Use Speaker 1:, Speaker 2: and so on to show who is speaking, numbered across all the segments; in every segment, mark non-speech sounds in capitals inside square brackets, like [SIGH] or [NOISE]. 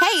Speaker 1: Hey,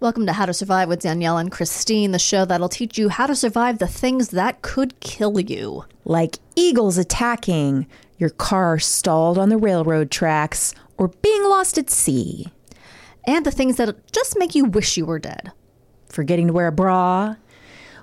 Speaker 2: Welcome to How to Survive with Danielle and Christine, the show that'll teach you how to survive the things that could kill you.
Speaker 3: like eagles attacking, your car stalled on the railroad tracks, or being lost at sea,
Speaker 2: And the things that just make you wish you were dead.
Speaker 3: forgetting to wear a bra,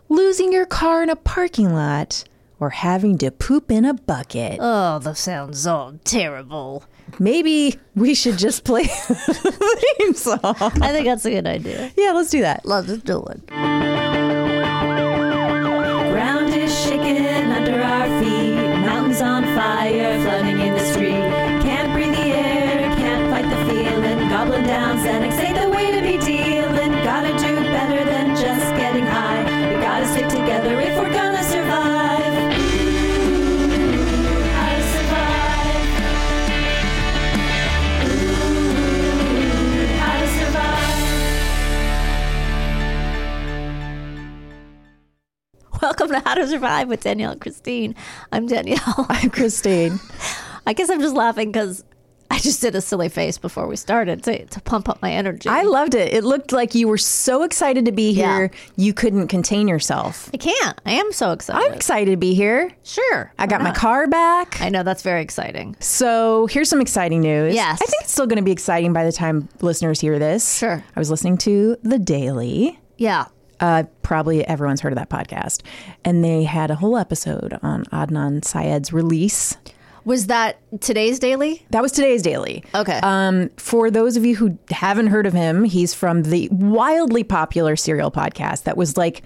Speaker 3: losing your car in a parking lot, or having to poop in a bucket.
Speaker 4: Uh.
Speaker 2: Oh, that sounds all terrible.
Speaker 3: Maybe we should just play [LAUGHS] the theme song.
Speaker 2: I think that's a good idea.
Speaker 3: Yeah, let's do that.
Speaker 2: Love to do it.
Speaker 4: Ground is shaking under our feet. Mountains on fire, flooding in the street. Can't breathe the air, can't fight the feeling. Goblin down, Xanax ain't the way to be dealing. Gotta do better than just getting high. We gotta stick together if we're gonna survive. Ooh, how to survive. Ooh, how to survive.
Speaker 2: Welcome to How to Survive with Danielle and Christine. [LAUGHS] I'm Danielle.
Speaker 3: I'm Christine.
Speaker 2: I guess I'm just laughing because I just did a silly face before we started to, to pump up my energy.
Speaker 3: I loved it. It looked like you were so excited to be here, you couldn't contain yourself.
Speaker 2: I can't. I am so excited.
Speaker 3: I'm excited to be here.
Speaker 2: sure.
Speaker 3: I got my car back.
Speaker 2: I know that's very exciting.
Speaker 3: So here's some exciting news.
Speaker 2: Yes.
Speaker 3: I think it's still going to be exciting by the time listeners hear this.
Speaker 2: Sure.
Speaker 3: I was listening to The Daily.
Speaker 2: Yeah.
Speaker 3: Uh, probably everyone's heard of that podcast. And they had a whole episode on Adnan Syed's release.
Speaker 2: Was that today's daily?
Speaker 3: That was today's Daily.
Speaker 2: Okay.
Speaker 3: Um, for those of you who haven't heard of him, he's from the wildly popular serial podcast that was like,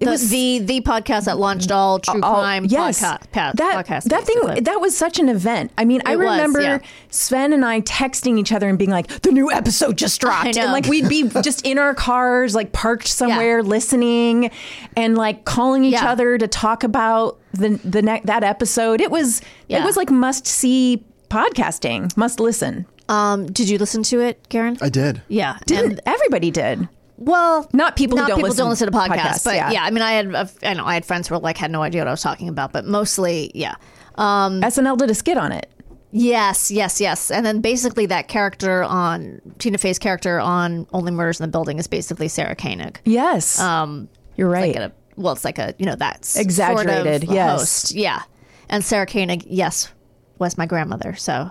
Speaker 3: it
Speaker 2: the,
Speaker 3: was
Speaker 2: the the podcast that launched all true
Speaker 3: all-
Speaker 2: crime
Speaker 3: Oh, yes,
Speaker 2: podca- pa-
Speaker 3: that,
Speaker 2: podcasts,
Speaker 3: That thing
Speaker 2: basically.
Speaker 3: that was such an event. I mean, I
Speaker 2: It was,
Speaker 3: remember
Speaker 2: yeah.
Speaker 3: Sven and I texting each other and being like, "The new episode just dropped,"
Speaker 2: know.
Speaker 3: and like we'd
Speaker 2: [LAUGHS]
Speaker 3: be just in our cars, like parked somewhere, listening, and like calling each
Speaker 2: Yeah.
Speaker 3: other to talk about the the ne- that episode. It was
Speaker 2: Yeah.
Speaker 3: it was like must see podcasting, must listen.
Speaker 2: um, did you listen to it, Karen?
Speaker 5: I did.
Speaker 2: yeah.
Speaker 3: Didn't
Speaker 2: And-
Speaker 3: everybody did?
Speaker 2: well,
Speaker 3: Not people who
Speaker 2: not
Speaker 3: don't
Speaker 2: people
Speaker 3: listen
Speaker 2: don't listen to podcasts,
Speaker 3: podcasts,
Speaker 2: but yeah.
Speaker 3: yeah.
Speaker 2: I mean, I had a, I know I had friends who were like had no idea what I was talking about, but mostly, yeah. Um,
Speaker 3: SNL did a skit on it.
Speaker 2: yes, yes, yes. And then basically that character on Tina Fey's character on Only Murders in the Building is basically Sarah Koenig.
Speaker 3: Yes,
Speaker 2: Um,
Speaker 3: you're right.
Speaker 2: like a well, it's like a you know that's
Speaker 3: Exaggerated,
Speaker 2: sort of
Speaker 3: yes.
Speaker 2: host, yeah. And Sarah Koenig, yes, was my grandmother. So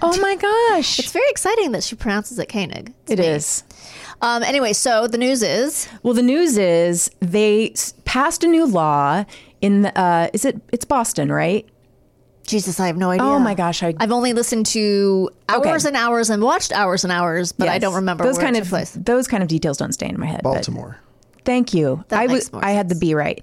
Speaker 3: oh my gosh,
Speaker 2: [LAUGHS] it's very exciting that she pronounces it Koenig.
Speaker 3: it is.
Speaker 2: Um, anyway, so the news is
Speaker 3: Well, the news is they s- passed a new law in the, uh, is it it's Boston, right?
Speaker 2: Jesus, I have no idea.
Speaker 3: Oh my gosh, I
Speaker 2: I've only listened to hours
Speaker 3: Okay.
Speaker 2: and hours and watched hours and hours, but I
Speaker 3: yes.
Speaker 2: don't remember
Speaker 3: those
Speaker 2: where
Speaker 3: kind
Speaker 2: it
Speaker 3: of
Speaker 2: took place.
Speaker 3: those kind of details don't stay in my head. but
Speaker 5: Baltimore.
Speaker 3: thank you.
Speaker 2: That
Speaker 3: I
Speaker 2: makes
Speaker 3: was
Speaker 2: more
Speaker 3: I had the B right.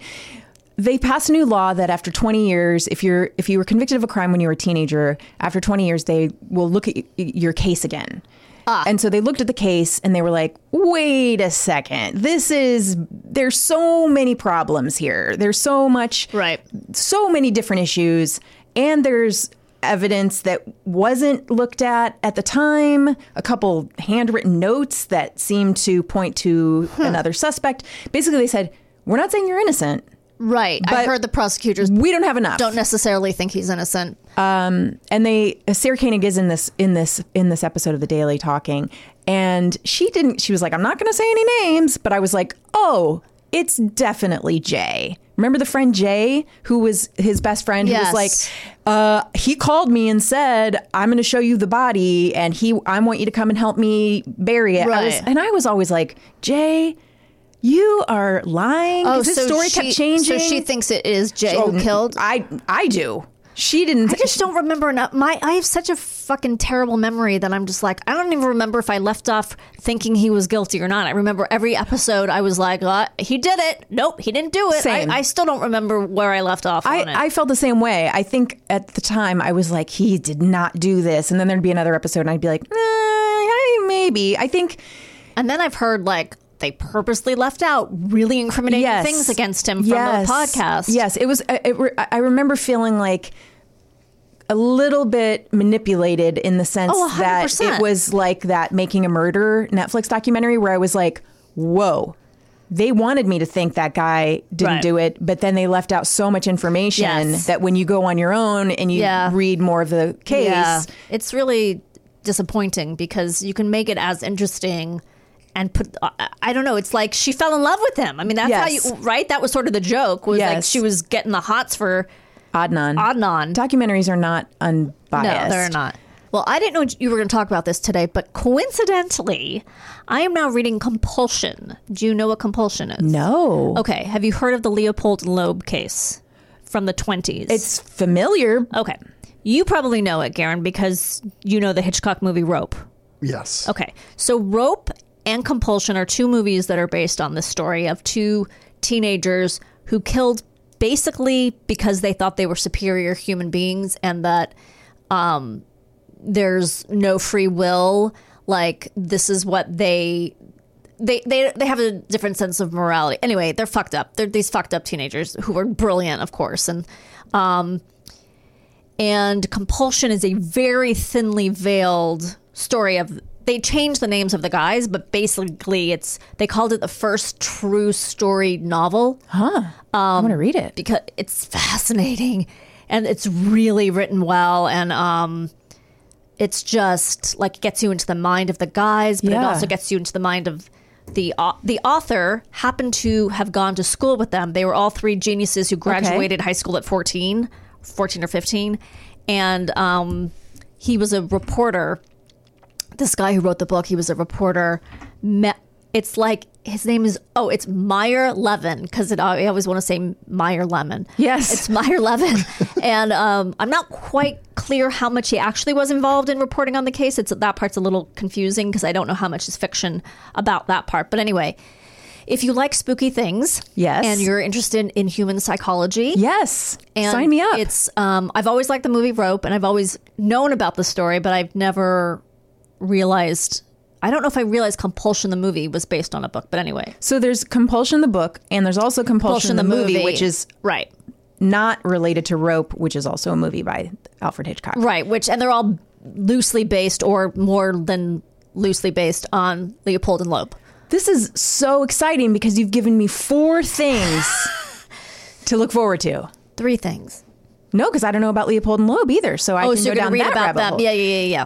Speaker 3: They passed a new law that after 20 years, if you're if you were convicted of a crime when you were a teenager, after 20 years they will look at y- your case again. And so they looked at the case and they were like, "Wait a second. This is there's so many problems here. There's so much
Speaker 2: Right.
Speaker 3: so many different issues and there's evidence that wasn't looked at at the time, a couple handwritten notes that seemed to point to another suspect. Basically, they said, We're not saying you're innocent.
Speaker 2: Right. I've
Speaker 3: But-
Speaker 2: heard the prosecutors
Speaker 3: We don't have enough.
Speaker 2: don't necessarily think he's innocent.
Speaker 3: and they uh, Sarah Koenig is in this in this in this episode of the Daily talking, and she didn't. She was like, "I'm not going to say any names," but I was like, "Oh, it's definitely Jay." Remember the friend Jay who was his best friend
Speaker 2: Yes.
Speaker 3: who was like, uh, he called me and said, "I'm going to show you the body, and he I want you to come and help me bury it." I was-
Speaker 2: Right.
Speaker 3: and I was always like, Jay. You are lying. 'cause this story
Speaker 2: she,
Speaker 3: kept changing.
Speaker 2: Oh, So she thinks it is Jay
Speaker 3: Oh,
Speaker 2: who killed.
Speaker 3: I I do. She didn't.
Speaker 2: I just don't remember enough. My I have such a fucking terrible memory that I'm just like I don't even remember if I left off thinking he was guilty or not. I remember every episode I was like, "Uh, he did it. Nope, he didn't do it. I,
Speaker 3: Same.
Speaker 2: I still don't remember where I left off. on it.
Speaker 3: I, I felt the same way. I think at the time I was like, he did not do this. And then there'd be another episode and I'd be like, eh, I- maybe. I think,
Speaker 2: and then I've heard like they purposely left out really incriminating
Speaker 3: yes.
Speaker 2: things against him from
Speaker 3: yes.
Speaker 2: the podcast.
Speaker 3: Yes. It was, I- it, re- I remember feeling like a little bit manipulated in the sense
Speaker 2: Oh,
Speaker 3: that
Speaker 2: 100%.
Speaker 3: it was like that Making a Murder Netflix documentary where I was like, whoa. They wanted me to think that guy didn't
Speaker 2: Right.
Speaker 3: do it, but then they left out so much information
Speaker 2: Yes.
Speaker 3: that when you go on your own and you
Speaker 2: Yeah.
Speaker 3: read more of the case,
Speaker 2: Yeah. It's really disappointing because you can make it as interesting and put I- I don't know, it's like she fell in love with him. I mean, that's
Speaker 3: Yes.
Speaker 2: how you right? That was sort of the joke was like
Speaker 3: Yes.
Speaker 2: she was getting the hots for
Speaker 3: Adnan.
Speaker 2: Adnan.
Speaker 3: Documentaries are not unbiased.
Speaker 2: No, they're not. Well, I didn't know you were going to talk about this today, but coincidentally, I am now reading Compulsion. Do you know what Compulsion is?
Speaker 3: No.
Speaker 2: Okay, have you heard of the Leopold Loeb case from the 20s?
Speaker 3: It's familiar.
Speaker 2: Okay. You probably know it, Garen, because you know the Hitchcock movie Rope.
Speaker 5: Yes.
Speaker 2: Okay. So Rope and Compulsion are two movies that are based on this story of two teenagers who killed basically because they thought they were superior human beings and that um, there's no free will. Like this is what they they, they they have a different sense of morality. Anyway, they're fucked up. They're these fucked up teenagers who are brilliant, of course, and um, and compulsion is a very thinly veiled story of. They changed the names of the guys, but basically, it's they called it the first true story novel
Speaker 3: I'm
Speaker 2: Um,
Speaker 3: going to read it.
Speaker 2: because it's fascinating and it's really written well and um it's just like it gets you into the mind of the guys but it
Speaker 3: Yeah.
Speaker 2: also gets you into the mind of the au- the author happened to have gone to school with them they were all three geniuses who graduated high school at 14 14 or 15 and um he was a reporter this guy who wrote the book, he was a reporter. Me- it's like his name is oh, it's Meyer Levin because it I always want to say Meyer Lemon.
Speaker 3: Yes.
Speaker 2: it's
Speaker 3: [LAUGHS]
Speaker 2: Meyer Levin, and um, I'm not quite clear how much he actually was involved in reporting on the case. It's that part's a little confusing because I don't know how much is fiction about that part. But anyway, if you like spooky things,
Speaker 3: Yes.
Speaker 2: and you're interested in human psychology,
Speaker 3: Yes.
Speaker 2: and
Speaker 3: Sign me up.
Speaker 2: It's um, I've always liked the movie Rope, and I've always known about the story, but I've never realized. I don't know if I realized Compulsion the movie was based on a book, but anyway,
Speaker 3: so there's Compulsion the book, and there's also Compulsion, the, movie, which is
Speaker 2: right,
Speaker 3: not related to Rope, which is also a movie by Alfred Hitchcock.
Speaker 2: right. Which and they're all loosely based, or more than loosely based, on Leopold and Loeb.
Speaker 3: This is so exciting because you've given me four things
Speaker 2: [LAUGHS]
Speaker 3: to look forward to.
Speaker 2: Three things.
Speaker 3: No, because I don't know about Leopold and Loeb either, so I
Speaker 2: Oh,
Speaker 3: can
Speaker 2: so you're
Speaker 3: go
Speaker 2: gonna
Speaker 3: down
Speaker 2: read
Speaker 3: that
Speaker 2: about
Speaker 3: rabbit
Speaker 2: them?
Speaker 3: hole.
Speaker 2: Yeah, yeah, yeah, yeah.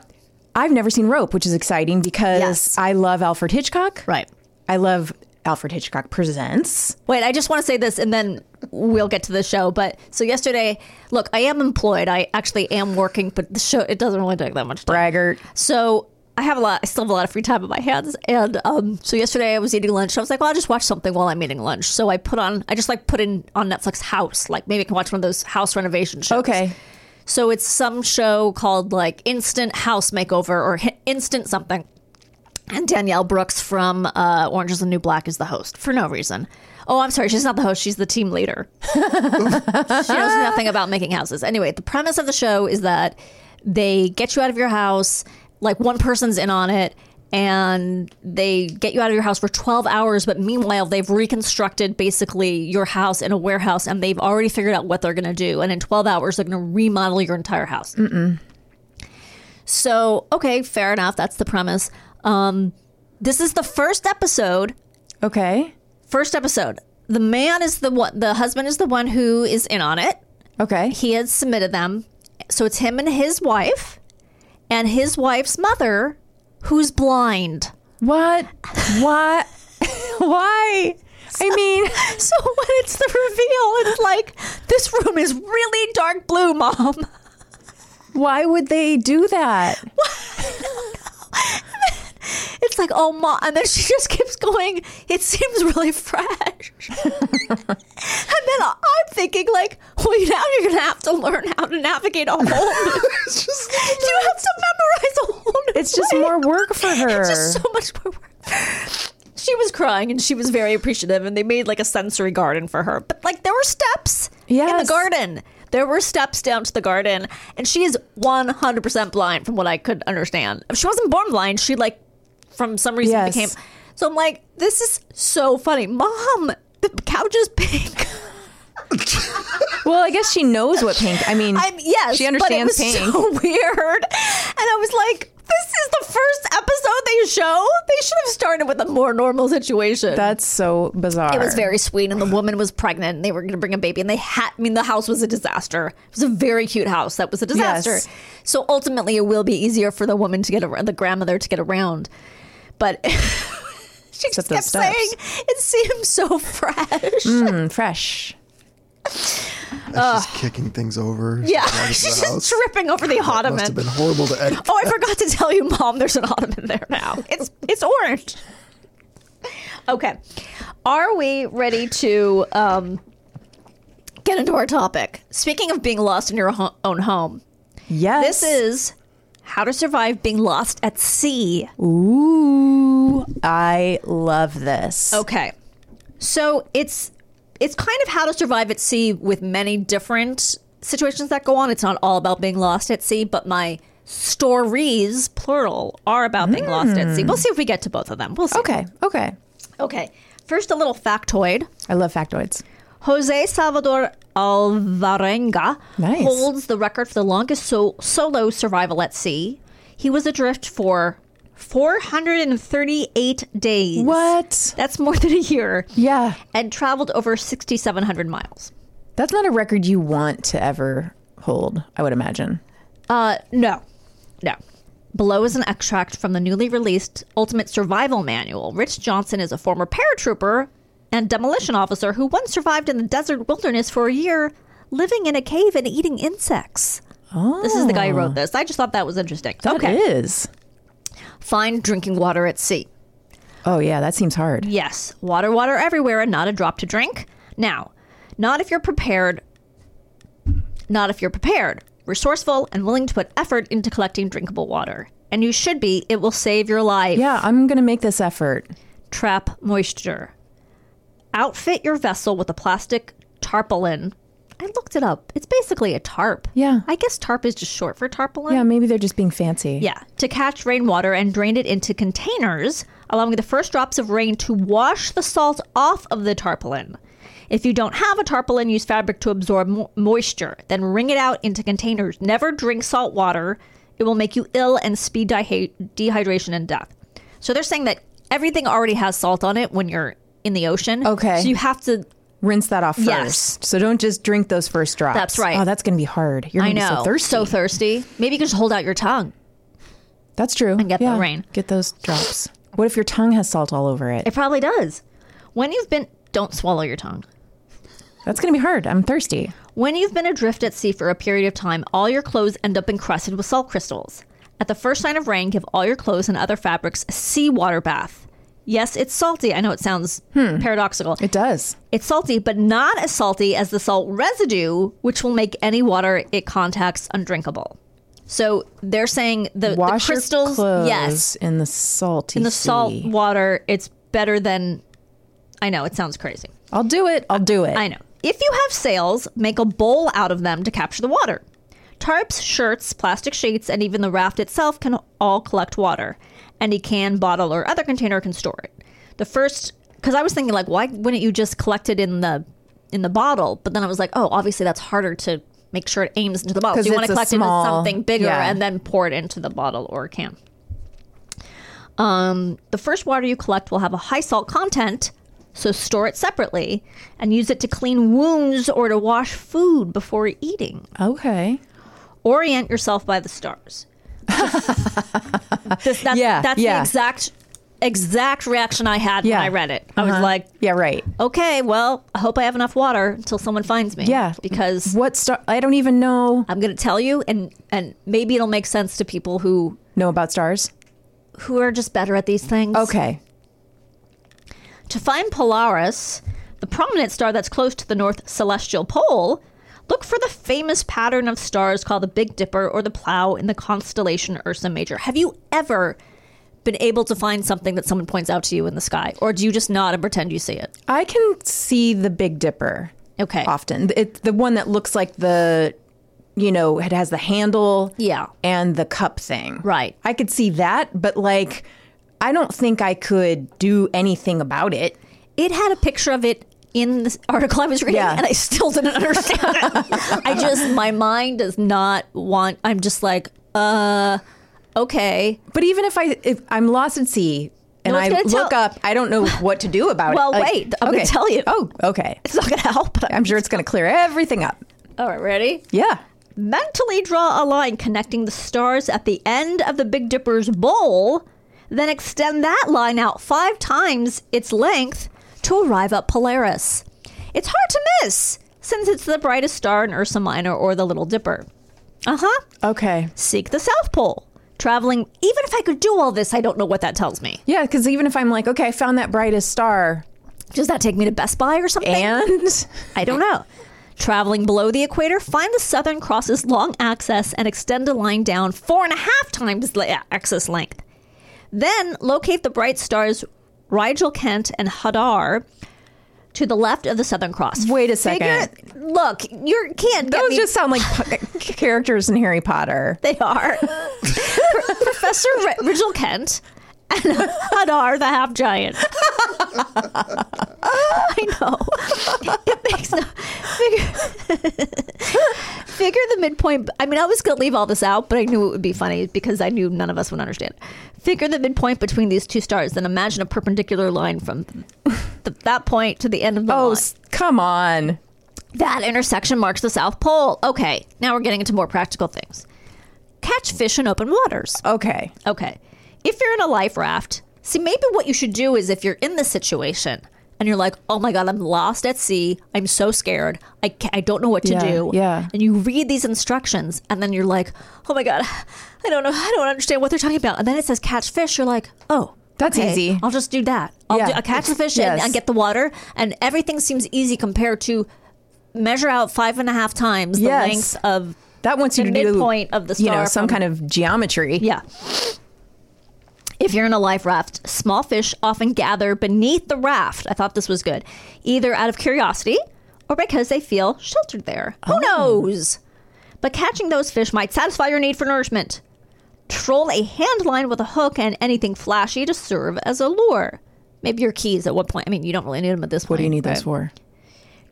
Speaker 3: I've never seen Rope, which is exciting because
Speaker 2: Yes.
Speaker 3: I love Alfred Hitchcock.
Speaker 2: Right.
Speaker 3: I love Alfred Hitchcock Presents.
Speaker 2: Wait, I just want to say this and then we'll get to the show. But so yesterday, look, I am employed. I actually am working, but the show, it doesn't really take that much time.
Speaker 3: braggart.
Speaker 2: So I have a lot, I still have a lot of free time on my hands. And um, so yesterday I was eating lunch. I was like, well, I'll just watch something while I'm eating lunch. So I put on, I just like put in on Netflix House. Like maybe I can watch one of those house renovation shows.
Speaker 3: Okay.
Speaker 2: So it's some show called like Instant House Makeover or Hi- Instant something. And Danielle Brooks from uh, Orange is the New Black is the host for no reason. Oh, I'm sorry. She's not the host. She's the team leader. [LAUGHS] she knows nothing about making houses. Anyway, the premise of the show is that they get you out of your house, like one person's in on it, and they get you out of your house for 12 hours but meanwhile they've reconstructed basically your house in a warehouse and they've already figured out what they're going to do and in 12 hours they're going to remodel your entire house so okay fair enough that's the premise um, this is the first episode
Speaker 3: Okay.
Speaker 2: first episode the man is the one the husband is the one who is in on it
Speaker 3: Okay.
Speaker 2: he had submitted them. So it's him and his wife and his wife's mother who's blind. [LAUGHS]
Speaker 3: What? What? [LAUGHS] Why? I mean,
Speaker 2: So when it's the reveal, it's like, this room is really dark blue, mom.
Speaker 3: why would they do that?
Speaker 2: It's like, oh, mom. And then she [LAUGHS] just keeps going, it seems
Speaker 3: [LAUGHS]
Speaker 2: really fresh. and then I'm thinking, like, well, now you're going to have to learn how to navigate
Speaker 3: [LAUGHS]
Speaker 2: a whole new. [LAUGHS] you have to memorize a whole new
Speaker 3: It's just
Speaker 2: way.
Speaker 3: more work for her.
Speaker 2: [LAUGHS] It's just so much more work. She was crying and she was very appreciative, and they made like a sensory garden for her. But like there were steps in the
Speaker 3: Yes.
Speaker 2: garden. There were steps down to the garden, and she is 100% blind from what I could understand. She wasn't born blind. She like from some reason
Speaker 3: Yes.
Speaker 2: became. So I'm like, this is so funny, mom. The couch is pink.
Speaker 3: Mm. well, I guess she knows what pink. I mean,
Speaker 2: I'm yes,
Speaker 3: she understands
Speaker 2: but it was
Speaker 3: pink.
Speaker 2: So [LAUGHS] weird, and I was like, this is the first episode they show. They should have started with a more normal
Speaker 3: [LAUGHS]
Speaker 2: situation.
Speaker 3: That's so bizarre.
Speaker 2: it was very sweet, and the woman was pregnant, and they were going to bring a baby, and they had. I mean, the house was a disaster. It was a very cute house that was a disaster.
Speaker 3: Yes.
Speaker 2: So ultimately, it will be easier for the woman to get around, the grandmother to get around, but. [LAUGHS] She just
Speaker 3: Except
Speaker 2: kept
Speaker 3: those steps.
Speaker 2: saying it seems so fresh.
Speaker 3: Mm, fresh.
Speaker 5: she's kicking things over.
Speaker 2: [LAUGHS]
Speaker 6: [LAUGHS]
Speaker 2: yeah,
Speaker 5: out of the
Speaker 2: she's
Speaker 5: house.
Speaker 2: just tripping over the
Speaker 5: That
Speaker 2: ottoman.
Speaker 5: Must have been horrible to edit.
Speaker 2: Oh, I forgot to tell you, Mom. There's an ottoman there now. It's it's orange. Okay, are we ready to um, get into our topic? Speaking of being lost in your ho- own home,
Speaker 3: Yes.
Speaker 2: this is how to survive being lost at sea.
Speaker 3: Ooh, I love this.
Speaker 2: Okay, so it's it's kind of how to survive at sea with many different situations that go on. It's not all about being lost at sea, but my stories plural are about being lost at sea. We'll see if we get to both of them. We'll see.
Speaker 3: Hmm. Okay. Okay.
Speaker 2: Okay. First, a little factoid.
Speaker 3: I love factoids.
Speaker 2: Jose Salvador Alvarenga
Speaker 3: Nice.
Speaker 2: holds the record for the longest so- solo survival at sea. He was adrift for 438 days.
Speaker 3: What?
Speaker 2: That's more than a year.
Speaker 3: Yeah.
Speaker 2: And traveled over 6,700 miles.
Speaker 3: That's not a record you want to ever hold, I would imagine.
Speaker 2: Uh, no, no. Below is an extract from the newly released Ultimate Survival Manual. Rich Johnson is a former paratrooper and demolition officer who once survived in the desert wilderness for a year, living in a cave and eating insects. Oh. This is the guy who wrote this. I just thought that was interesting. okay.
Speaker 3: It is.
Speaker 2: Find drinking water at sea.
Speaker 3: Oh, yeah. That seems hard.
Speaker 2: Yes, water, water everywhere, and not a drop to drink. Now, not if you're prepared. Not if you're prepared, resourceful, and willing to put effort into collecting drinkable water. And you should be. It will save your life.
Speaker 3: Yeah. I'm going to make this effort.
Speaker 2: Trap moisture. Outfit your vessel with a plastic tarpaulin. I looked it up. It's basically a tarp.
Speaker 3: Yeah.
Speaker 2: I guess tarp is just short for tarpaulin.
Speaker 3: Yeah. Maybe they're just being fancy.
Speaker 2: Yeah, to catch rainwater and drain it into containers, allowing the first drops of rain to wash the salt off of the tarpaulin. If you don't have a tarpaulin, use fabric to absorb mo- moisture, then wring it out into containers. Never drink salt water, it will make you ill and speed dehy- dehydration and death. So they're saying that everything already has salt on it when you're in the ocean.
Speaker 3: Okay.
Speaker 2: So you have to
Speaker 3: Rinse that off first.
Speaker 2: Yes.
Speaker 3: So don't just drink those first drops.
Speaker 2: That's right.
Speaker 3: Oh, that's going to be hard. You're
Speaker 2: I
Speaker 3: going to be
Speaker 2: know.
Speaker 3: so thirsty.
Speaker 2: thirsty. Maybe you can just hold out your tongue.
Speaker 3: That's true. And
Speaker 2: get the rain.
Speaker 3: Get those drops. What if your tongue has salt all over it?
Speaker 2: It probably does. When you've been don't swallow your tongue.
Speaker 3: That's going to be hard. I'm thirsty.
Speaker 2: When you've been adrift at sea for a period of time, all your clothes end up encrusted with salt crystals. At the first sign of rain, give all your clothes and other fabrics a seawater bath. Yes, it's salty. I know it sounds
Speaker 3: Hmm.
Speaker 2: paradoxical.
Speaker 3: It does.
Speaker 2: It's salty, but not as salty as the salt residue, which will make any water it contacts undrinkable. So they're saying the, the
Speaker 3: Wash your
Speaker 2: crystals,
Speaker 3: clothes
Speaker 2: yes,
Speaker 3: in the salty
Speaker 2: in the
Speaker 3: sea.
Speaker 2: salt water, it's better than. I know it sounds crazy.
Speaker 3: I'll do it. I'll do it.
Speaker 2: I know. If you have sails, make a bowl out of them to capture the water. Tarps, shirts, plastic sheets, and even the raft itself can all collect water. any can, bottle, or other container can store it. The first, because I was thinking like, why wouldn't you just collect it in the in the bottle? But then I was like, oh, obviously that's harder to make sure it aims into the bottle.
Speaker 3: 'Cause
Speaker 2: So you want
Speaker 3: it's
Speaker 2: to
Speaker 3: a
Speaker 2: collect
Speaker 3: small-
Speaker 2: it in something bigger
Speaker 3: yeah.
Speaker 2: and then pour it into the bottle or can. Um, the first water you collect will have a high salt content, so store it separately and use it to clean wounds or to wash food before eating.
Speaker 3: Okay.
Speaker 2: Orient yourself by the stars. This- [LAUGHS] that's
Speaker 3: Yeah,
Speaker 2: that's
Speaker 3: yeah.
Speaker 2: the exact exact reaction I had
Speaker 3: Yeah. Uh-huh.
Speaker 2: when I read it. I was like,
Speaker 3: Yeah, right.
Speaker 2: okay, well, I hope I have enough water until someone finds me.
Speaker 3: Yeah. Mm-hmm.
Speaker 2: Because
Speaker 3: What star? I don't even know
Speaker 2: I'm going to tell you, and and maybe it'll make sense to people who
Speaker 3: know about stars.
Speaker 2: who are just better at these things.
Speaker 3: Okay.
Speaker 2: To find Polaris, the prominent star that's close to the North Celestial Pole, look for the famous pattern of stars called the Big Dipper or the Plow in the constellation Ursa Major. Have you ever been able to find something that someone points out to you in the sky, or do you just nod and pretend you see it?
Speaker 3: I can see the Big Dipper
Speaker 2: Okay.
Speaker 3: often. It's the one that looks like the, you know, it has the handle.
Speaker 2: Yeah.
Speaker 3: And the cup thing.
Speaker 2: Right.
Speaker 3: I could see that, but like, I don't think I could do anything about it.
Speaker 2: It had a picture of it in the article I was reading,
Speaker 3: Yeah.
Speaker 2: and I still didn't understand it. I just, my mind does not want, I'm just like, uh, okay.
Speaker 3: But even if I if I'm lost at sea and
Speaker 2: No
Speaker 3: I
Speaker 2: one's gonna
Speaker 3: look
Speaker 2: tell-
Speaker 3: up, I don't know what to do about
Speaker 2: Well,
Speaker 3: it. Like,
Speaker 2: wait, I'm gonna tell you.
Speaker 3: Oh, okay.
Speaker 2: It's not going to help. but
Speaker 3: I'm sure it's going to clear everything up.
Speaker 2: All right, ready?
Speaker 3: Yeah.
Speaker 2: mentally draw a line connecting the stars at the end of the Big Dipper's bowl, then extend that line out five times its length to arrive at Polaris. It's hard to miss since it's the brightest star in Ursa Minor or the Little Dipper. Uh huh.
Speaker 3: Okay.
Speaker 2: Seek the South Pole. Traveling, even if I could do all this, I don't know what that tells me.
Speaker 3: Yeah, because even if I'm like, okay, I found that brightest star,
Speaker 2: Does that take me to Best Buy or something?
Speaker 3: and
Speaker 2: I don't know. Traveling below the equator, find the Southern Cross's long axis and extend a line down four and a half times the axis length. Then locate the bright stars Rigel Kent and Hadar to the left of the Southern Cross.
Speaker 3: Wait a second.
Speaker 2: Figure- look, you can't
Speaker 3: [LAUGHS]
Speaker 2: get
Speaker 3: those
Speaker 2: me.
Speaker 3: just sound like p- characters in Harry Potter.
Speaker 2: [LAUGHS] they are. Professor Ri- Rigel Kent and [LAUGHS] Hadar the half giant. [LAUGHS] I know. It makes no figure, [LAUGHS] figure the midpoint. I mean, I was going to leave all this out, but I knew it would be funny because I knew none of us would understand. Figure the midpoint between these two stars, then imagine a perpendicular line from th- that point to the end of the
Speaker 3: Oh,
Speaker 2: line.
Speaker 3: s- come on.
Speaker 2: That intersection marks the South Pole. Okay, now we're getting into more practical things. Catch fish in open waters.
Speaker 3: Okay.
Speaker 2: Okay. If you're in a life raft, see, maybe what you should do is if you're in this situation and you're like, oh my God, I'm lost at sea. I'm so scared. I, ca I don't know what to
Speaker 3: Yeah,
Speaker 2: do.
Speaker 3: yeah.
Speaker 2: And you read these instructions and then you're like, oh my God, I don't know. I don't understand what they're talking about. And then it says catch fish. You're like, oh.
Speaker 3: That's
Speaker 2: okay,
Speaker 3: easy.
Speaker 2: I'll just do that. I'll,
Speaker 3: Yeah,
Speaker 2: do, I'll catch the
Speaker 3: it's-
Speaker 2: fish and,
Speaker 3: yes.
Speaker 2: and get the water. And everything seems easy compared to measure out five and a half times the
Speaker 3: Yes.
Speaker 2: length of
Speaker 3: That wants you
Speaker 2: The
Speaker 3: to do
Speaker 2: midpoint of the
Speaker 3: you know
Speaker 2: star
Speaker 3: some
Speaker 2: from-
Speaker 3: kind of geometry.
Speaker 2: yeah. If you're in a life raft, small fish often gather beneath the raft. I thought this was good, either out of curiosity or because they feel sheltered there.
Speaker 3: Oh.
Speaker 2: Who knows? But catching those fish might satisfy your need for nourishment. Troll a hand line with a hook and anything flashy to serve as a lure. Maybe your keys at what point. I mean, you don't really need them at this point.
Speaker 3: What do you need
Speaker 2: but-
Speaker 3: those for?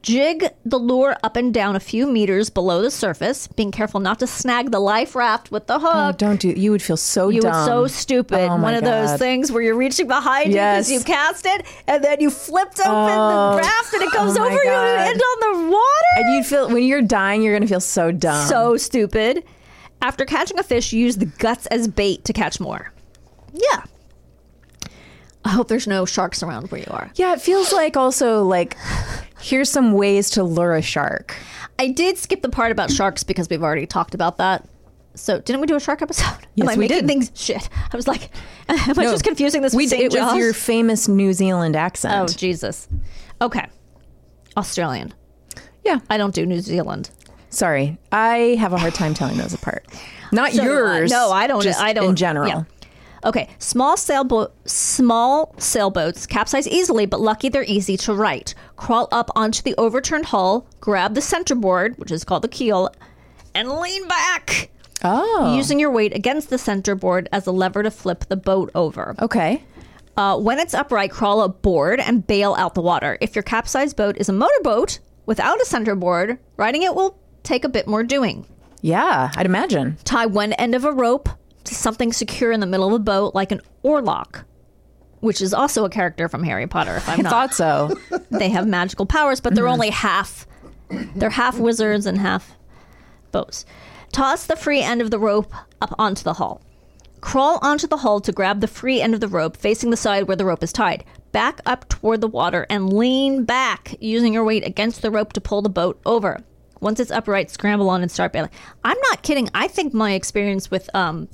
Speaker 2: Jig the lure up and down a few meters below the surface, being careful not to snag the life raft with the hook.
Speaker 3: Oh, don't do. You would feel so
Speaker 2: You
Speaker 3: dumb.
Speaker 2: were so stupid.
Speaker 3: Oh,
Speaker 2: One
Speaker 3: my
Speaker 2: of those
Speaker 3: God.
Speaker 2: things where you're reaching behind you
Speaker 3: Yes.
Speaker 2: 'cause you cast it and then you flipped open the raft and it comes
Speaker 3: Oh, my
Speaker 2: over you and
Speaker 3: God.
Speaker 2: you end on the water.
Speaker 3: And you'd feel when you're dying, you're gonna feel so dumb.
Speaker 2: so stupid. After catching a fish, use the guts as bait to catch more. Yeah. I hope there's no sharks around where you are.
Speaker 3: yeah, it feels like also like here's some ways to lure a shark.
Speaker 2: I did skip the part about sharks because we've already talked about that. So didn't we do a shark episode? [LAUGHS]
Speaker 3: Yes,
Speaker 2: am I
Speaker 3: we
Speaker 2: making
Speaker 3: did.
Speaker 2: things shit? I was like, [LAUGHS] am I
Speaker 3: No,
Speaker 2: just confusing this
Speaker 3: We
Speaker 2: with
Speaker 3: d-
Speaker 2: St.
Speaker 3: it was
Speaker 2: John's?
Speaker 3: your famous New Zealand
Speaker 2: [LAUGHS] Oh
Speaker 3: accent.
Speaker 2: Jesus. Okay. Australian.
Speaker 3: yeah.
Speaker 2: I don't do New Zealand.
Speaker 3: Sorry, I have a hard time telling those apart. Not
Speaker 2: So do I.
Speaker 3: Uh, yours.
Speaker 2: No, I don't.
Speaker 3: just
Speaker 2: I don't.
Speaker 3: In general.
Speaker 2: yeah. Okay. Small sailboat. Small sailboats capsize easily, but lucky they're easy to right. Crawl up onto the overturned hull, grab the centerboard, which is called the keel, and lean back.
Speaker 3: Oh.
Speaker 2: using your weight against the center board as a lever to flip the boat over.
Speaker 3: Okay.
Speaker 2: Uh, when it's upright, crawl aboard and bail out the water. If your capsized boat is a motorboat without a center board, riding it will take a bit more doing.
Speaker 3: Yeah, I'd imagine.
Speaker 2: Tie one end of a rope to something secure in the middle of the boat, like an oarlock, which is also a character from Harry Potter. If I'm not,
Speaker 3: Thought
Speaker 2: [LAUGHS]
Speaker 3: so.
Speaker 2: they have magical powers, but they're only half. They're half wizards and half boats. Toss the free end of the rope up onto the hull. Crawl onto the hull to grab the free end of the rope facing the side where the rope is tied. Back up toward the water and lean back, using your weight against the rope to pull the boat over. Once it's upright, scramble on and start bailing. I'm not kidding. I think my experience with um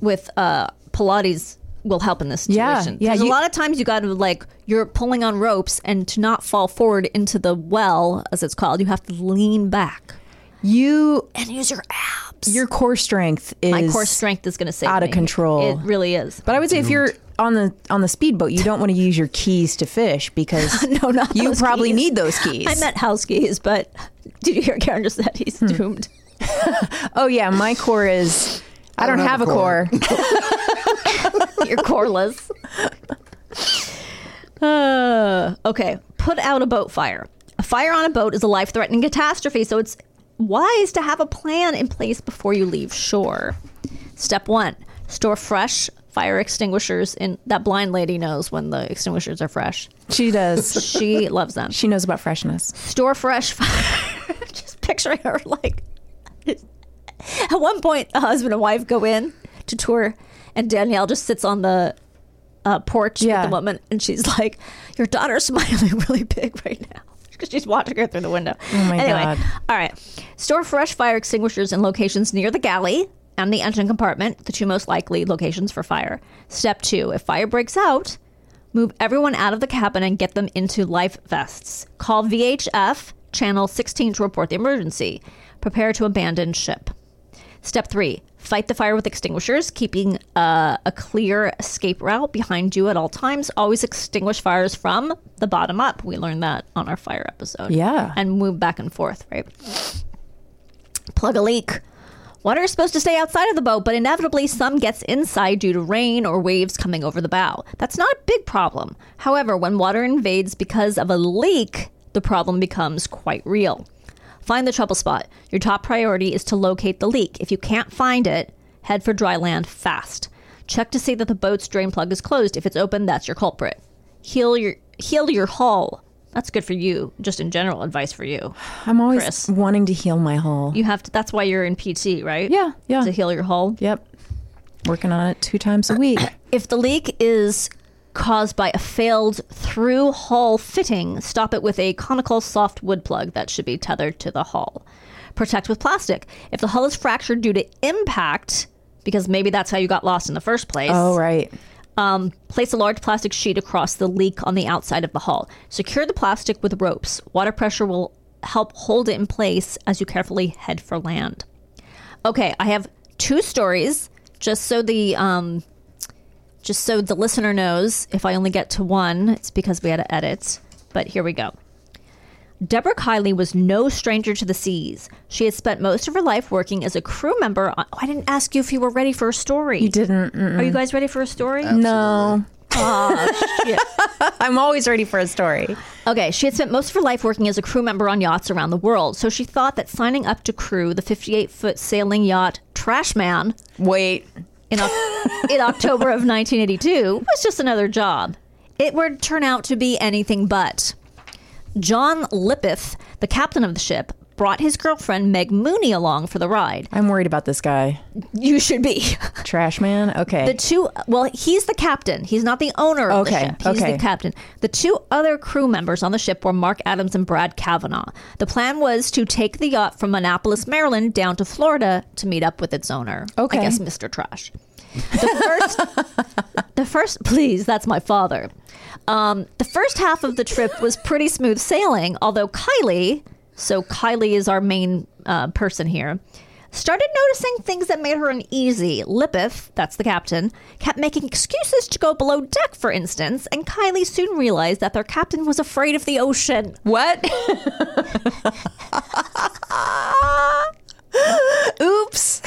Speaker 2: with uh Pilates will help in this
Speaker 3: Yeah,
Speaker 2: situation.
Speaker 3: yeah,
Speaker 2: There's a
Speaker 3: you-
Speaker 2: lot of times you got to like you're pulling on ropes and to not fall forward into the well as it's called, you have to lean back
Speaker 3: You
Speaker 2: and use your abs.
Speaker 3: your core strength is
Speaker 2: My core strength is going to save
Speaker 3: out of
Speaker 2: me.
Speaker 3: control.
Speaker 2: It really is.
Speaker 3: But I would say if you're on the on the speedboat, you don't want to use your keys to fish
Speaker 2: [LAUGHS]
Speaker 3: because
Speaker 2: [LAUGHS] No, not
Speaker 3: you
Speaker 2: those
Speaker 3: probably
Speaker 2: keys.
Speaker 3: need those keys.
Speaker 2: I meant house keys, but [LAUGHS] did you hear Karen just said he's doomed? [LAUGHS]
Speaker 3: oh yeah, my core is. I don't, have, a core.
Speaker 2: You're [LAUGHS] coreless. uh, okay, put out a boat fire. A fire on a boat is a life threatening catastrophe, so it's wise to have a plan in place before you leave shore. Step one store fresh fire extinguishers in that blind lady knows when the extinguishers are fresh.
Speaker 3: [LAUGHS] she does.
Speaker 2: [LAUGHS] She loves them.
Speaker 3: She knows about freshness.
Speaker 2: store fresh fire. [LAUGHS] Just picturing her like. At one point, a husband and wife go in to tour, and Danielle just sits on the uh, porch
Speaker 3: Yeah.
Speaker 2: with the woman, and she's like, "Your daughter's [LAUGHS] smiling really big right now." [LAUGHS] Because she's watching her through the window.
Speaker 6: Mm-hmm.
Speaker 2: Oh
Speaker 3: my
Speaker 2: anyway,
Speaker 3: God.
Speaker 2: all right. Store fresh fire extinguishers in locations near the galley and the engine compartment, the two most likely locations for fire. Step two if fire breaks out, Move everyone out of the cabin and get them into life vests. Call VHF channel 16 to report the emergency. Prepare to abandon ship. Step three fight the fire with extinguishers, keeping uh, a clear escape route behind you at all times. Always extinguish fires from the bottom up. We learned that on our fire episode.
Speaker 3: Yeah.
Speaker 2: And move back and forth, right? Plug a leak. Water is supposed to stay outside of the boat, but inevitably some gets inside due to rain or waves coming over the bow. That's not a big problem. However, when water invades because of a leak, the problem becomes quite real. Find the trouble spot. Your top priority is to locate the leak. If you can't find it, head for dry land fast. Check to see that the boat's drain plug is closed. If it's open, that's your culprit. Heal your heal your hull. That's good for you. Just in general advice for you.
Speaker 3: I'm always
Speaker 2: Chris.
Speaker 3: wanting to heal my hull.
Speaker 2: You have to. That's why you're in PT, right?
Speaker 3: Yeah, yeah.
Speaker 2: To heal your hull.
Speaker 3: Yep. Working on it two times a week.
Speaker 2: If the leak is caused by a failed through hull fitting, stop it with a conical soft wood plug that should be tethered to the hull. Protect with plastic. If the hull is fractured due to impact, because maybe that's how you got lost in the first place,
Speaker 3: Oh right.
Speaker 2: um, place a large plastic sheet across the leak on the outside of the hull. Secure the plastic with ropes. Water pressure will help hold it in place as you carefully head for land. Okay, I have two stories just so the um, just so the listener knows. If I only get to one, it's because we had to edit. But here we go. Deborah Kiley was no stranger to the seas. She had spent most of her life working as a crew member. On, oh, I didn't ask you if you were ready for a story. You
Speaker 3: Didn't.
Speaker 2: Are you guys ready for a story?
Speaker 3: No. I'm always ready for a story.
Speaker 2: Okay, she had spent most of her life working as a crew member on yachts around the world, so she thought that signing up to crew the 58 foot sailing yacht Trash Man
Speaker 3: Wait.
Speaker 2: in, [LAUGHS] Oc- in October of 1982 was just another job. It would turn out to be anything but. John Lippeth, the captain of the ship, brought his girlfriend Meg Mooney along for the ride.
Speaker 3: I'm worried about this guy.
Speaker 2: You should be.
Speaker 3: Trash man. Okay.
Speaker 2: The two, well, he's the captain. He's not the owner of
Speaker 3: Okay,
Speaker 2: the ship. He's
Speaker 3: okay.
Speaker 2: the captain. The two other crew members on the ship were Mark Adams and Brad Kavanaugh. The plan was to take the yacht from Annapolis, Maryland, down to Florida to meet up with its owner.
Speaker 3: Okay.
Speaker 2: I guess Mr. Trash. The first, the first, please, that's my father. Um, the first half of the trip was pretty smooth sailing, although Kylie, so Kylie is our main uh, person here, started noticing things that made her uneasy. Lippeth, that's the captain, kept making excuses to go below deck, for instance, and Kylie soon realized that their captain was afraid of the ocean.
Speaker 3: what? [LAUGHS] Oops.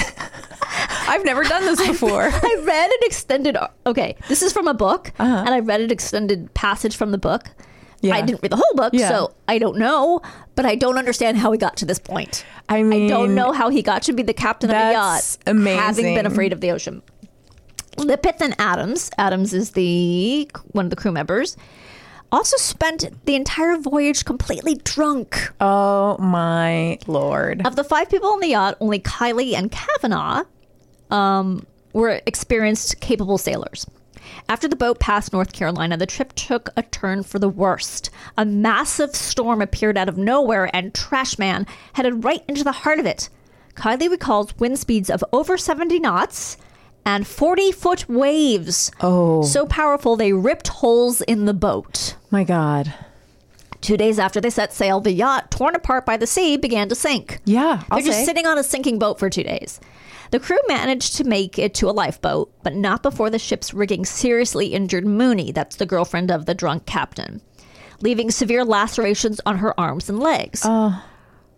Speaker 3: I've never done
Speaker 2: [LAUGHS]
Speaker 3: this before.
Speaker 2: I read an extended. Okay, this is from a book,
Speaker 3: Uh-huh.
Speaker 2: and I read an extended passage from the book. I
Speaker 3: Yeah.
Speaker 2: didn't read the whole book,
Speaker 3: Yeah.
Speaker 2: so I don't know. But I don't understand how he got to this point.
Speaker 3: I mean,
Speaker 2: don't know how he got to be the captain of a yacht,
Speaker 3: Mm. That's
Speaker 2: having been
Speaker 3: amazing.
Speaker 2: afraid of the ocean. Lippitt and Adams, Adams is the one of the crew members, also spent the entire voyage completely drunk.
Speaker 3: Oh my lord.
Speaker 2: Of the five people on the yacht, only Kylie and Kavanaugh um, were experienced, capable sailors. After the boat passed North Carolina, the trip took a turn for the worst. A massive storm appeared out of nowhere, and Trash Man headed right into the heart of it. Kylie recalls wind speeds of over 70 knots and 40 foot waves. Oh. So powerful, they ripped holes in the boat.
Speaker 3: My god.
Speaker 2: Two days after they set sail, the yacht, torn apart by the sea, began to sink.
Speaker 3: Yeah, I'll
Speaker 2: They're just
Speaker 3: say.
Speaker 2: sitting on a sinking boat for two days. The crew managed to make it to a lifeboat, but not before the ship's rigging seriously injured Mooney. That's the girlfriend of the drunk captain, leaving severe lacerations on her arms and legs.
Speaker 3: Uh.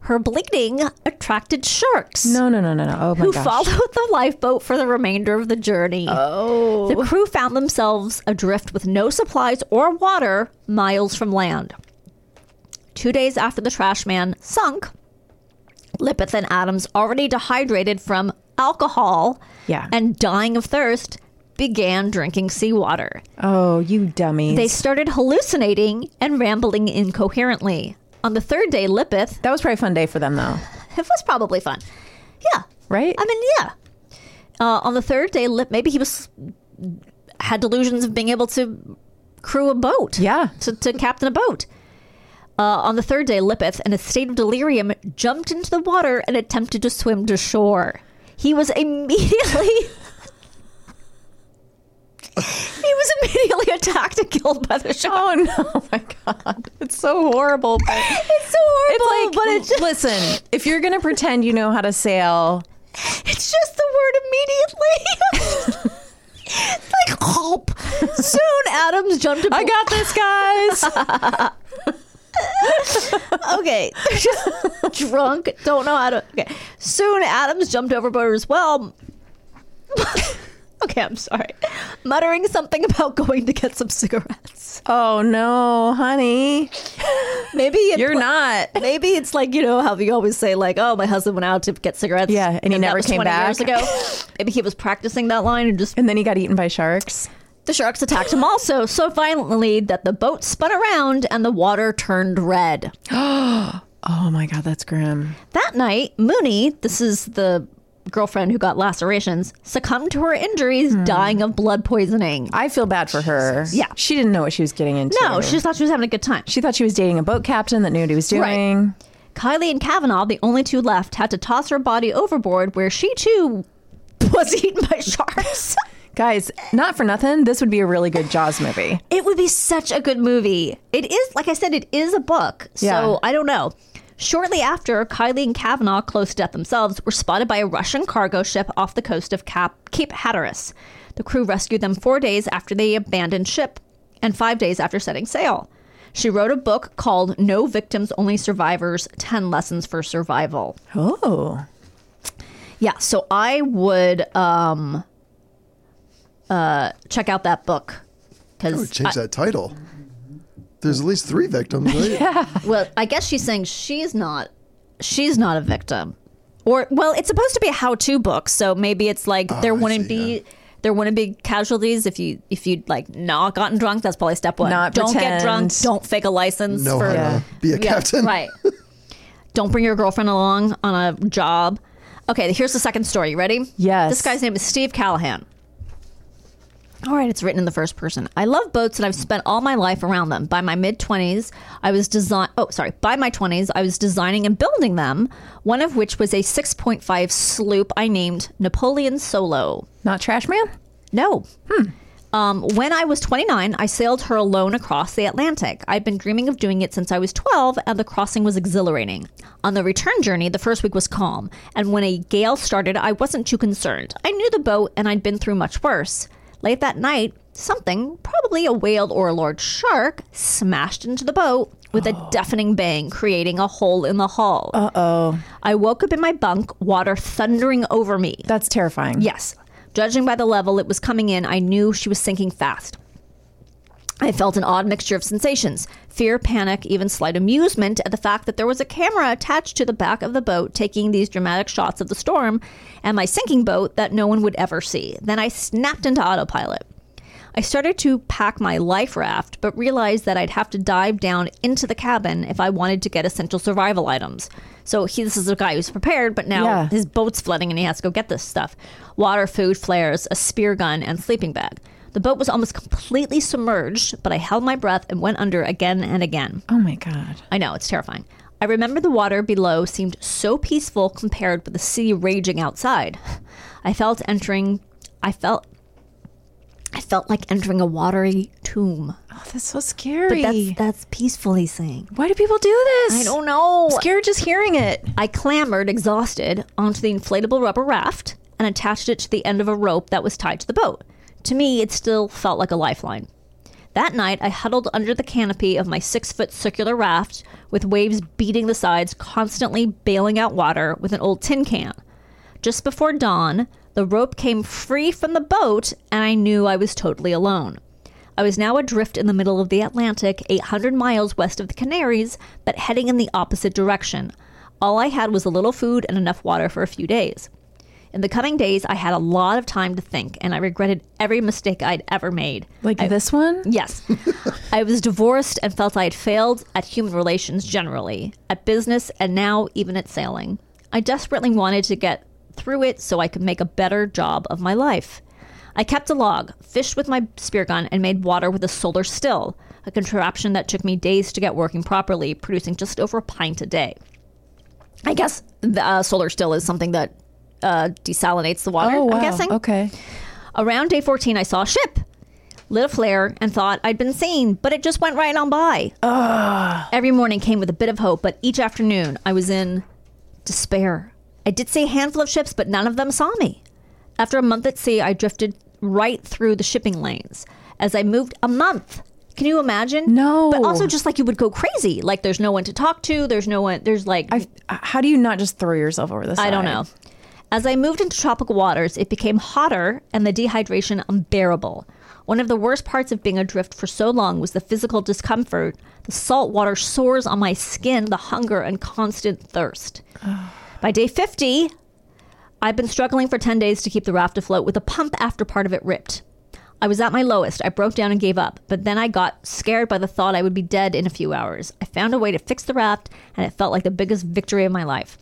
Speaker 2: Her bleeding attracted sharks.
Speaker 3: No, no, no, no, no. Oh my
Speaker 2: Who
Speaker 3: gosh.
Speaker 2: followed the lifeboat for the remainder of the journey? Oh. The crew found themselves adrift with no supplies or water miles from land. Two days after the trash man sunk, Lippitt and Adams, already dehydrated from alcohol
Speaker 3: Yeah.
Speaker 2: and dying of thirst, began drinking seawater.
Speaker 3: Oh, you dummies.
Speaker 2: They started hallucinating and rambling incoherently. On the third day, Lippitt,
Speaker 3: that was probably a fun day for them though,
Speaker 2: it was probably fun. Yeah.
Speaker 3: right?
Speaker 2: I mean, yeah. Uh, on the third day, Lip, maybe he was had delusions of being able to crew a boat.
Speaker 3: Yeah.
Speaker 2: to, to captain a boat. Uh, on the third day, Lippeth, in a state of delirium, jumped into the water and attempted to swim to shore. He was immediately. [LAUGHS] He was immediately attacked and killed by the shark.
Speaker 3: oh no, oh my [LAUGHS] god. It's so horrible. but-
Speaker 2: [LAUGHS] It's so horrible,
Speaker 3: it's like,
Speaker 2: but it's just,
Speaker 3: listen, if you're going to pretend you know how to sail,
Speaker 2: It's just the word immediately.
Speaker 3: [LAUGHS]
Speaker 2: It's like gulp. Soon Adams jumped aboard.
Speaker 3: I got this, [LAUGHS] guys.
Speaker 2: okay. [LAUGHS] They're just drunk. Don't know how to okay. Soon Adams jumped overboard as well. [LAUGHS] okay, I'm sorry. Muttering something about going to get some cigarettes.
Speaker 3: oh no, honey.
Speaker 2: Maybe it's
Speaker 3: You're not.
Speaker 2: Maybe it's like you know how you always say like, "Oh, my husband went out to get cigarettes."
Speaker 3: Yeah, and he
Speaker 2: that
Speaker 3: never
Speaker 2: was
Speaker 3: came
Speaker 2: 20
Speaker 3: back. [LAUGHS]
Speaker 2: Years ago, maybe he was practicing that line and just
Speaker 3: And then he got eaten by sharks.
Speaker 2: The sharks attacked him also so violently that the boat spun around and the water turned red.
Speaker 3: Oh my god, that's grim.
Speaker 2: That night, Mooney, this is the girlfriend who got lacerations, succumbed to her injuries, dying of blood poisoning.
Speaker 3: I feel bad for her.
Speaker 2: Yeah.
Speaker 3: She didn't know what she was getting into.
Speaker 2: No, she just thought she was having a good time.
Speaker 3: She thought she was dating a boat captain that knew what he was
Speaker 2: Right.
Speaker 3: doing.
Speaker 2: Kylie and Kavanaugh, the only two left, had to toss her body overboard where she too [LAUGHS] was eaten by sharks.
Speaker 3: Guys, not for nothing, this would be a really good Jaws movie.
Speaker 2: It would be such a good movie. It is, like I said, it is a book.
Speaker 3: Yeah.
Speaker 2: So I don't know. Shortly after, Kylie and Kavanaugh, close to death themselves, were spotted by a Russian cargo ship off the coast of Cap- Cape Hatteras. The crew rescued them four days after they abandoned ship and five days after setting sail. She wrote a book called No Victims, Only Survivors 10 Lessons for Survival.
Speaker 3: Oh.
Speaker 2: Yeah, so I would um, uh, check out that book.
Speaker 5: I would
Speaker 3: Oh,
Speaker 2: Because
Speaker 5: change that title. There's at least three victims, right? yeah.
Speaker 2: Well, I guess she's saying she's not she's not a victim. Or well, it's supposed to be a how-to book, so maybe it's like there
Speaker 5: Oh, I
Speaker 2: wouldn't
Speaker 5: see,
Speaker 2: be there wouldn't be casualties if you if you'd like not gotten drunk. That's probably step one.
Speaker 3: Not
Speaker 2: don't get
Speaker 3: pretend.
Speaker 2: drunk. Don't fake a license.
Speaker 5: Know
Speaker 2: for,
Speaker 5: how to be a
Speaker 2: Yeah,
Speaker 5: captain. [LAUGHS]
Speaker 2: right? don't bring your girlfriend along on a job. Okay, here's the second story. You ready?
Speaker 3: Yes.
Speaker 2: This guy's name is Steve Callahan. All right, it's written in the first person. I love boats and I've spent all my life around them. By my mid 20s, I was design Oh, sorry. By my 20s, I was designing and building them, one of which was a 6.5 sloop I named Napoleon Solo.
Speaker 3: Not Trash Man?
Speaker 2: No. Um, when I was 29, I sailed her alone across the Atlantic. I'd been dreaming of doing it since I was 12, and the crossing was exhilarating. On the return journey, the first week was calm, and when a gale started, I wasn't too concerned. I knew the boat, and I'd been through much worse. Late that night, something, probably a whale or a large shark, smashed into the boat with a deafening bang, creating a hole in the hull. Uh oh. I woke up in my bunk, water thundering over me.
Speaker 3: That's terrifying.
Speaker 2: Yes. Judging by the level it was coming in, I knew she was sinking fast. I felt an odd mixture of sensations fear, panic, even slight amusement at the fact that there was a camera attached to the back of the boat taking these dramatic shots of the storm and my sinking boat that no one would ever see. Then I snapped into autopilot. I started to pack my life raft, but realized that I'd have to dive down into the cabin if I wanted to get essential survival items. So he, this is a guy who's prepared, but now
Speaker 3: Yeah.
Speaker 2: his boat's flooding and he has to go get this stuff water, food, flares, a spear gun, and sleeping bag. The boat was almost completely submerged, but I held my breath and went under again and again.
Speaker 3: Oh my god.
Speaker 2: I know, it's terrifying. I remember the water below seemed so peaceful compared with the sea raging outside. I felt entering I felt I felt like entering a watery tomb.
Speaker 3: Oh, that's so
Speaker 2: But
Speaker 3: scary.
Speaker 2: that's that's peaceful he's saying.
Speaker 3: Why do people do this?
Speaker 2: I don't know.
Speaker 3: I'm scared just hearing it.
Speaker 2: I clambered, exhausted, onto the inflatable rubber raft and attached it to the end of a rope that was tied to the boat. To me, it still felt like a lifeline. That night, I huddled under the canopy of my six foot circular raft with waves beating the sides, constantly bailing out water with an old tin can. Just before dawn, the rope came free from the boat, and I knew I was totally alone. I was now adrift in the middle of the Atlantic, 800 miles west of the Canaries, but heading in the opposite direction. All I had was a little food and enough water for a few days. In the coming days, I had a lot of time to think, and I regretted every mistake I'd ever made.
Speaker 3: Like this one?
Speaker 2: Yes. [LAUGHS] I was divorced and felt I had failed at human relations generally, at business, and now even at sailing. I desperately wanted to get through it so I could make a better job of my life. I kept a log, fished with my spear gun, and made water with a solar still, a contraption that took me days to get working properly, producing just over a pint a day. I guess the uh, solar still is something that uh, desalinates the water,
Speaker 3: Oh wow.
Speaker 2: I'm guessing.
Speaker 3: Okay.
Speaker 2: Around day 14, I saw a ship, lit a flare, and thought I'd been seen, but it just went right on by. Every morning came with a bit of hope, but each afternoon I was in despair. I did see a handful of ships, but none of them saw me. After a month at sea, I drifted right through the shipping lanes. As I moved a month, can you imagine?
Speaker 3: No.
Speaker 2: But also just like you would go crazy. Like there's no one to talk to, there's no one, there's like
Speaker 3: I, how do you not just throw yourself over the side?
Speaker 2: I don't know. As I moved into tropical waters, it became hotter and the dehydration unbearable. One of the worst parts of being adrift for so long was the physical discomfort, the salt water sores on my skin, the hunger, and constant thirst. By day 50, I've been struggling for 10 days to keep the raft afloat with the pump after part of it ripped. I was at my lowest. I broke down and gave up, but then I got scared by the thought I would be dead in a few hours. I found a way to fix the raft, and it felt like the biggest victory of my life.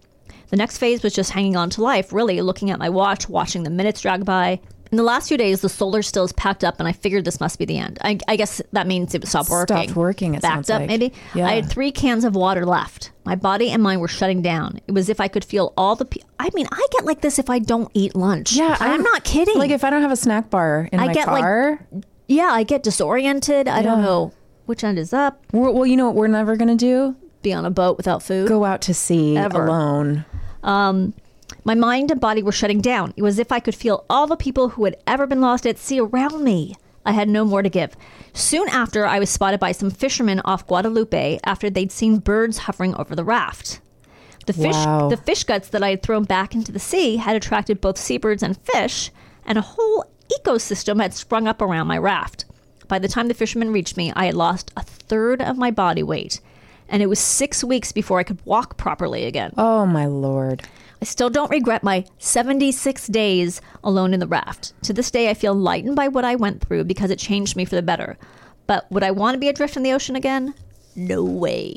Speaker 2: The next phase was just hanging on to life, really, looking at my watch, watching the minutes drag by. In the last few days, the solar still is packed up, and I figured this must be the end. I, I guess that means it stopped working.
Speaker 3: Stopped working, it
Speaker 2: Backed
Speaker 3: sounds
Speaker 2: up,
Speaker 3: like.
Speaker 2: maybe.
Speaker 3: Yeah.
Speaker 2: I had three cans of water left. My body and mind were shutting down. It was if I could feel all the. Pe- I mean, I get like this if I don't eat lunch.
Speaker 3: Yeah,
Speaker 2: I'm,
Speaker 3: I'm-
Speaker 2: not kidding.
Speaker 3: Like if I don't have a snack bar in
Speaker 2: I
Speaker 3: my
Speaker 2: get, like,
Speaker 3: car,
Speaker 2: yeah, I get disoriented. I don't know which end is up.
Speaker 3: we're, well, you know what we're never gonna do?
Speaker 2: Be on a boat without food.
Speaker 3: Go out to sea
Speaker 2: Ever.
Speaker 3: alone.
Speaker 2: Um, My mind and body were shutting down. It was as if I could feel all the people who had ever been lost at sea around me. I had no more to give. Soon after, I was spotted by some fishermen off Guadalupe after they'd seen birds hovering over the raft. The fish,
Speaker 3: Wow.
Speaker 2: the fish guts that I had thrown back into the sea had attracted both seabirds and fish, and a whole ecosystem had sprung up around my raft. By the time the fishermen reached me, I had lost a third of my body weight, and it was six weeks before I could walk properly again.
Speaker 3: Oh my lord.
Speaker 2: I still don't regret my 76 days alone in the raft. To this day, I feel lightened by what I went through because it changed me for the better. But would I want to be adrift in the ocean again? No way.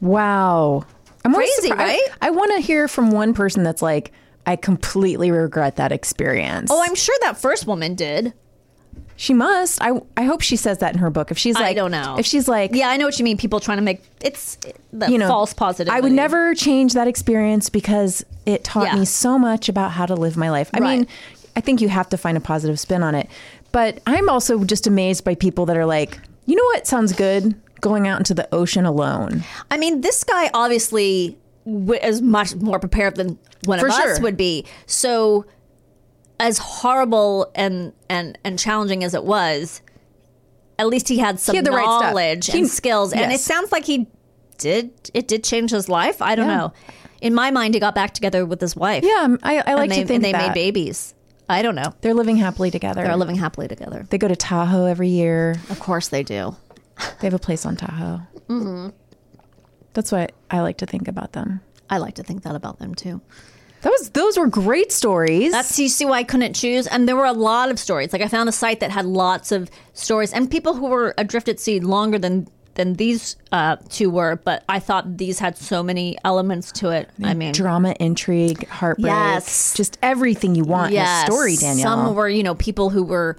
Speaker 3: Wow. I'm always
Speaker 2: Crazy,
Speaker 3: surprised-
Speaker 2: right?
Speaker 3: I, want to hear from one person that's like, I completely regret that experience.
Speaker 2: Oh, I'm sure that first woman did.
Speaker 3: she must. I, I hope she says that in her book. If she's
Speaker 2: I
Speaker 3: like,
Speaker 2: don't know.
Speaker 3: If she's like,
Speaker 2: Yeah, I know what you mean. People trying to make it's the
Speaker 3: you know,
Speaker 2: false positive.
Speaker 3: I would never change that experience because it taught
Speaker 2: Yeah.
Speaker 3: me so much about how to live my life. I
Speaker 2: Right.
Speaker 3: mean, I think you have to find a positive spin on it. But I'm also just amazed by people that are like, you know what sounds good? Going out into the ocean alone.
Speaker 2: I mean, this guy obviously w- is much more prepared than one
Speaker 3: For
Speaker 2: of
Speaker 3: sure.
Speaker 2: us would be. So as horrible and and and challenging as it was, at least he had some
Speaker 3: had the right stuff.
Speaker 2: knowledge
Speaker 3: He-
Speaker 2: and skills. And it
Speaker 3: yes.
Speaker 2: sounds like he did. It did change his life. I don't
Speaker 3: Yeah.
Speaker 2: know. In my mind, he got back together with his wife.
Speaker 3: Yeah, um, I, I like
Speaker 2: and they,
Speaker 3: to think
Speaker 2: and they
Speaker 3: that.
Speaker 2: made babies. I don't know.
Speaker 3: They're living happily together.
Speaker 2: They're living happily together.
Speaker 3: They go to Tahoe every year.
Speaker 2: Of course they do.
Speaker 3: They have a place on Tahoe. Mm-hmm. That's what I like to think about them.
Speaker 2: I like to think that about them too.
Speaker 3: That was those were great stories.
Speaker 2: That's you see why I couldn't choose. And there were a lot of stories. Like I found a site that had lots of stories and people who were adrift at sea longer than than these uh, two were. But I thought these had so many elements to it. I mean,
Speaker 3: drama, intrigue, heartbreak.
Speaker 2: Yes.
Speaker 3: Just everything you want
Speaker 2: yes,
Speaker 3: in a story, Danielle.
Speaker 2: Some were you know people who were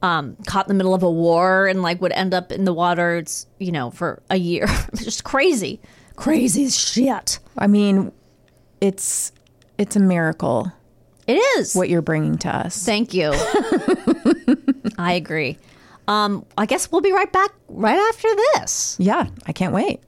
Speaker 2: um, caught in the middle of a war and like would end up in the waters you know for a year. [LAUGHS] it's just crazy, crazy shit.
Speaker 3: I mean, it's it's a miracle
Speaker 2: It is.
Speaker 3: what you're bringing to us.
Speaker 2: Thank you. [LAUGHS] I agree. Um, I guess we'll be right back right after this.
Speaker 3: Yeah, I can't wait.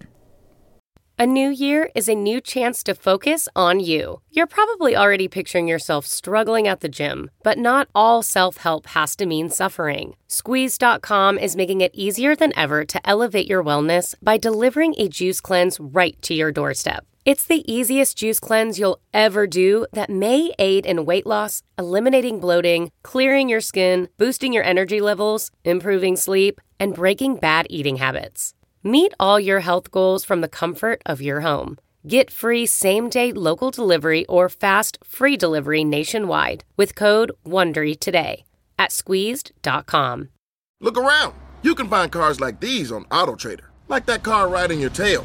Speaker 7: A new year is a new chance to focus on you. You're probably already picturing yourself struggling at the gym, but not all self help has to mean suffering. Squeeze.com is making it easier than ever to elevate your wellness by delivering a juice cleanse right to your doorstep. It's the easiest juice cleanse you'll ever do that may aid in weight loss, eliminating bloating, clearing your skin, boosting your energy levels, improving sleep, and breaking bad eating habits. Meet all your health goals from the comfort of your home. Get free same day local delivery or fast free delivery nationwide with code WONDERY today at squeezed.com.
Speaker 8: Look around. You can find cars like these on AutoTrader, like that car riding your tail.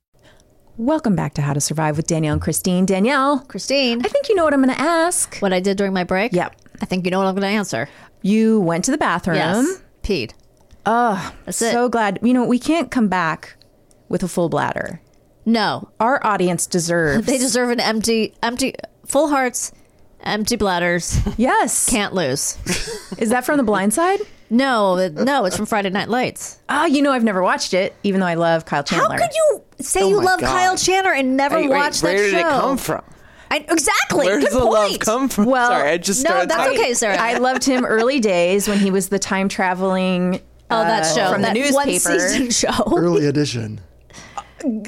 Speaker 3: Welcome back to How to Survive with Danielle and Christine. Danielle,
Speaker 2: Christine,
Speaker 3: I think you know what I'm going to ask.
Speaker 2: what I did during my break?
Speaker 3: Yep.
Speaker 2: I think you know what I'm going to answer.
Speaker 3: You went to the bathroom.
Speaker 2: Yes. Peed.
Speaker 3: Oh,
Speaker 2: That's it.
Speaker 3: so glad. You know, we can't come back with a full bladder.
Speaker 2: [LAUGHS] No.
Speaker 3: Our audience deserves.
Speaker 2: [LAUGHS] They deserve an empty, empty, full hearts, empty [LAUGHS] bladders.
Speaker 3: yes.
Speaker 2: Can't lose.
Speaker 3: Is that from The Blind Side?
Speaker 2: No, no, it's from Friday Night Lights.
Speaker 3: Oh, you know, I've never watched it, even though I love Kyle
Speaker 2: How
Speaker 3: Chandler.
Speaker 2: could you say you
Speaker 6: Oh my
Speaker 2: love
Speaker 6: God.
Speaker 2: Kyle Chandler and never
Speaker 6: Wait, wait,
Speaker 2: watch that
Speaker 6: where did
Speaker 2: show?
Speaker 6: it come from?
Speaker 2: I, exactly.
Speaker 6: Where
Speaker 2: Good
Speaker 6: does the
Speaker 2: point.
Speaker 6: love come from?
Speaker 3: Well,
Speaker 6: Sorry, I just
Speaker 2: no,
Speaker 6: started
Speaker 2: that's
Speaker 6: talking.
Speaker 2: okay, Sarah.
Speaker 3: I loved him early days when he was the time traveling.
Speaker 2: oh, that
Speaker 3: uh,
Speaker 2: show
Speaker 3: from
Speaker 2: that
Speaker 3: the newspaper.
Speaker 2: one season [LAUGHS] show.
Speaker 5: Early edition.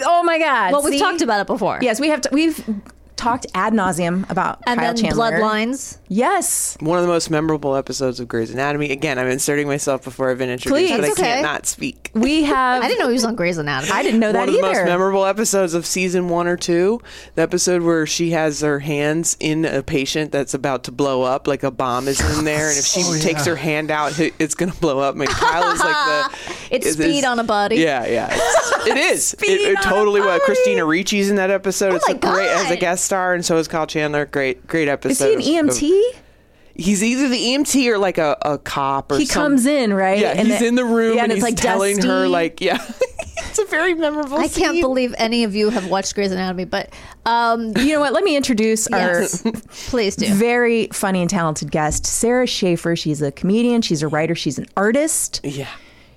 Speaker 3: Oh my God!
Speaker 2: Well, we've
Speaker 3: See?
Speaker 2: talked about it before.
Speaker 3: Yes, we have. T- we've talked ad nauseum about
Speaker 2: And
Speaker 3: Kyle
Speaker 2: then
Speaker 3: Chandler.
Speaker 2: Bloodlines.
Speaker 3: Yes,
Speaker 6: One of the most memorable episodes of Grey's Anatomy. Again, I'm inserting myself before I've been introduced,
Speaker 3: Please.
Speaker 6: but I
Speaker 3: That's
Speaker 2: okay.
Speaker 6: can't not speak.
Speaker 3: [LAUGHS] we have.
Speaker 2: I didn't know he was on Grey's Anatomy.
Speaker 3: I didn't know that
Speaker 6: one of the most
Speaker 3: either.
Speaker 6: memorable episodes of season one or two the episode where she has her hands in a patient that's about to blow up like a bomb is in there and if
Speaker 3: [LAUGHS]
Speaker 6: she
Speaker 3: Oh,
Speaker 6: takes her hand out it- it's gonna blow up and kyle is like
Speaker 3: [LAUGHS]
Speaker 6: the
Speaker 2: It's speed on a body.
Speaker 6: yeah yeah it's, it is it,
Speaker 3: Speed
Speaker 6: it
Speaker 3: on a Oh
Speaker 6: totally was
Speaker 3: body.
Speaker 6: christina ricci's in that episode it's
Speaker 2: my
Speaker 6: a great as a
Speaker 2: God.
Speaker 6: guest star and so is kyle chandler great great
Speaker 3: Is
Speaker 6: episode
Speaker 3: he an E EMT?
Speaker 6: he's either the emt or like a, a cop or
Speaker 3: He
Speaker 6: some-
Speaker 3: comes in right.
Speaker 6: yeah
Speaker 3: And
Speaker 6: he's
Speaker 3: it-
Speaker 6: in the room
Speaker 3: yeah,
Speaker 6: and,
Speaker 3: it's
Speaker 6: he's
Speaker 3: like
Speaker 6: telling
Speaker 3: dusty.
Speaker 6: her like yeah [LAUGHS] it's a very memorable
Speaker 2: I can't
Speaker 6: scene.
Speaker 2: believe any of you have watched Grey's Anatomy, but um,
Speaker 3: [LAUGHS] You know what? Let me introduce
Speaker 2: yes,
Speaker 3: our
Speaker 2: please do.
Speaker 3: very funny and talented guest, Sarah Schaefer. She's a comedian. She's a writer. She's an artist.
Speaker 6: yeah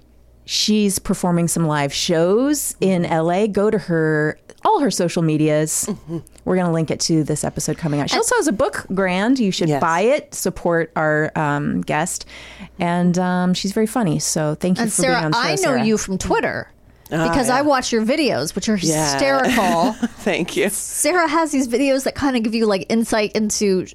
Speaker 6: [LAUGHS]
Speaker 3: She's performing some live shows in LA. Go to her all her social medias.
Speaker 2: Mm-hmm.
Speaker 3: We're going to link it to this episode coming out. She also has a book, Grand. You should
Speaker 6: Yes.
Speaker 3: buy it. Support our um, guest, and um, she's very funny. So thank you
Speaker 2: And
Speaker 3: for
Speaker 2: Sarah,
Speaker 3: being on the show.
Speaker 2: I know
Speaker 3: Sarah. Oh,
Speaker 2: you from Twitter because I watch your videos, which are
Speaker 6: Yeah.
Speaker 3: [LAUGHS]
Speaker 2: hysterical.
Speaker 6: Thank you.
Speaker 2: Sarah has these videos that kind of give you like insight into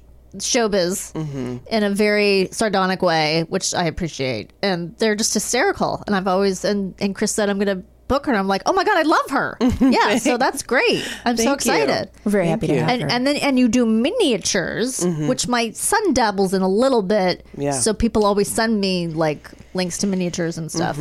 Speaker 2: showbiz
Speaker 6: Mm-hmm.
Speaker 2: in a very sardonic way, which I appreciate, and they're just hysterical. And I've always and and Chris said I'm going to book her, and I'm like, oh my god, I
Speaker 6: [LAUGHS]
Speaker 2: love her. yeah, so that's great. I'm so
Speaker 6: Thank you.
Speaker 2: excited.
Speaker 3: We're very happy to have
Speaker 2: and,
Speaker 3: her.
Speaker 2: and then and you do miniatures, which my son dabbles in a little bit.
Speaker 6: Mm-hmm. Yeah.
Speaker 2: So people always send me like links to miniatures and stuff.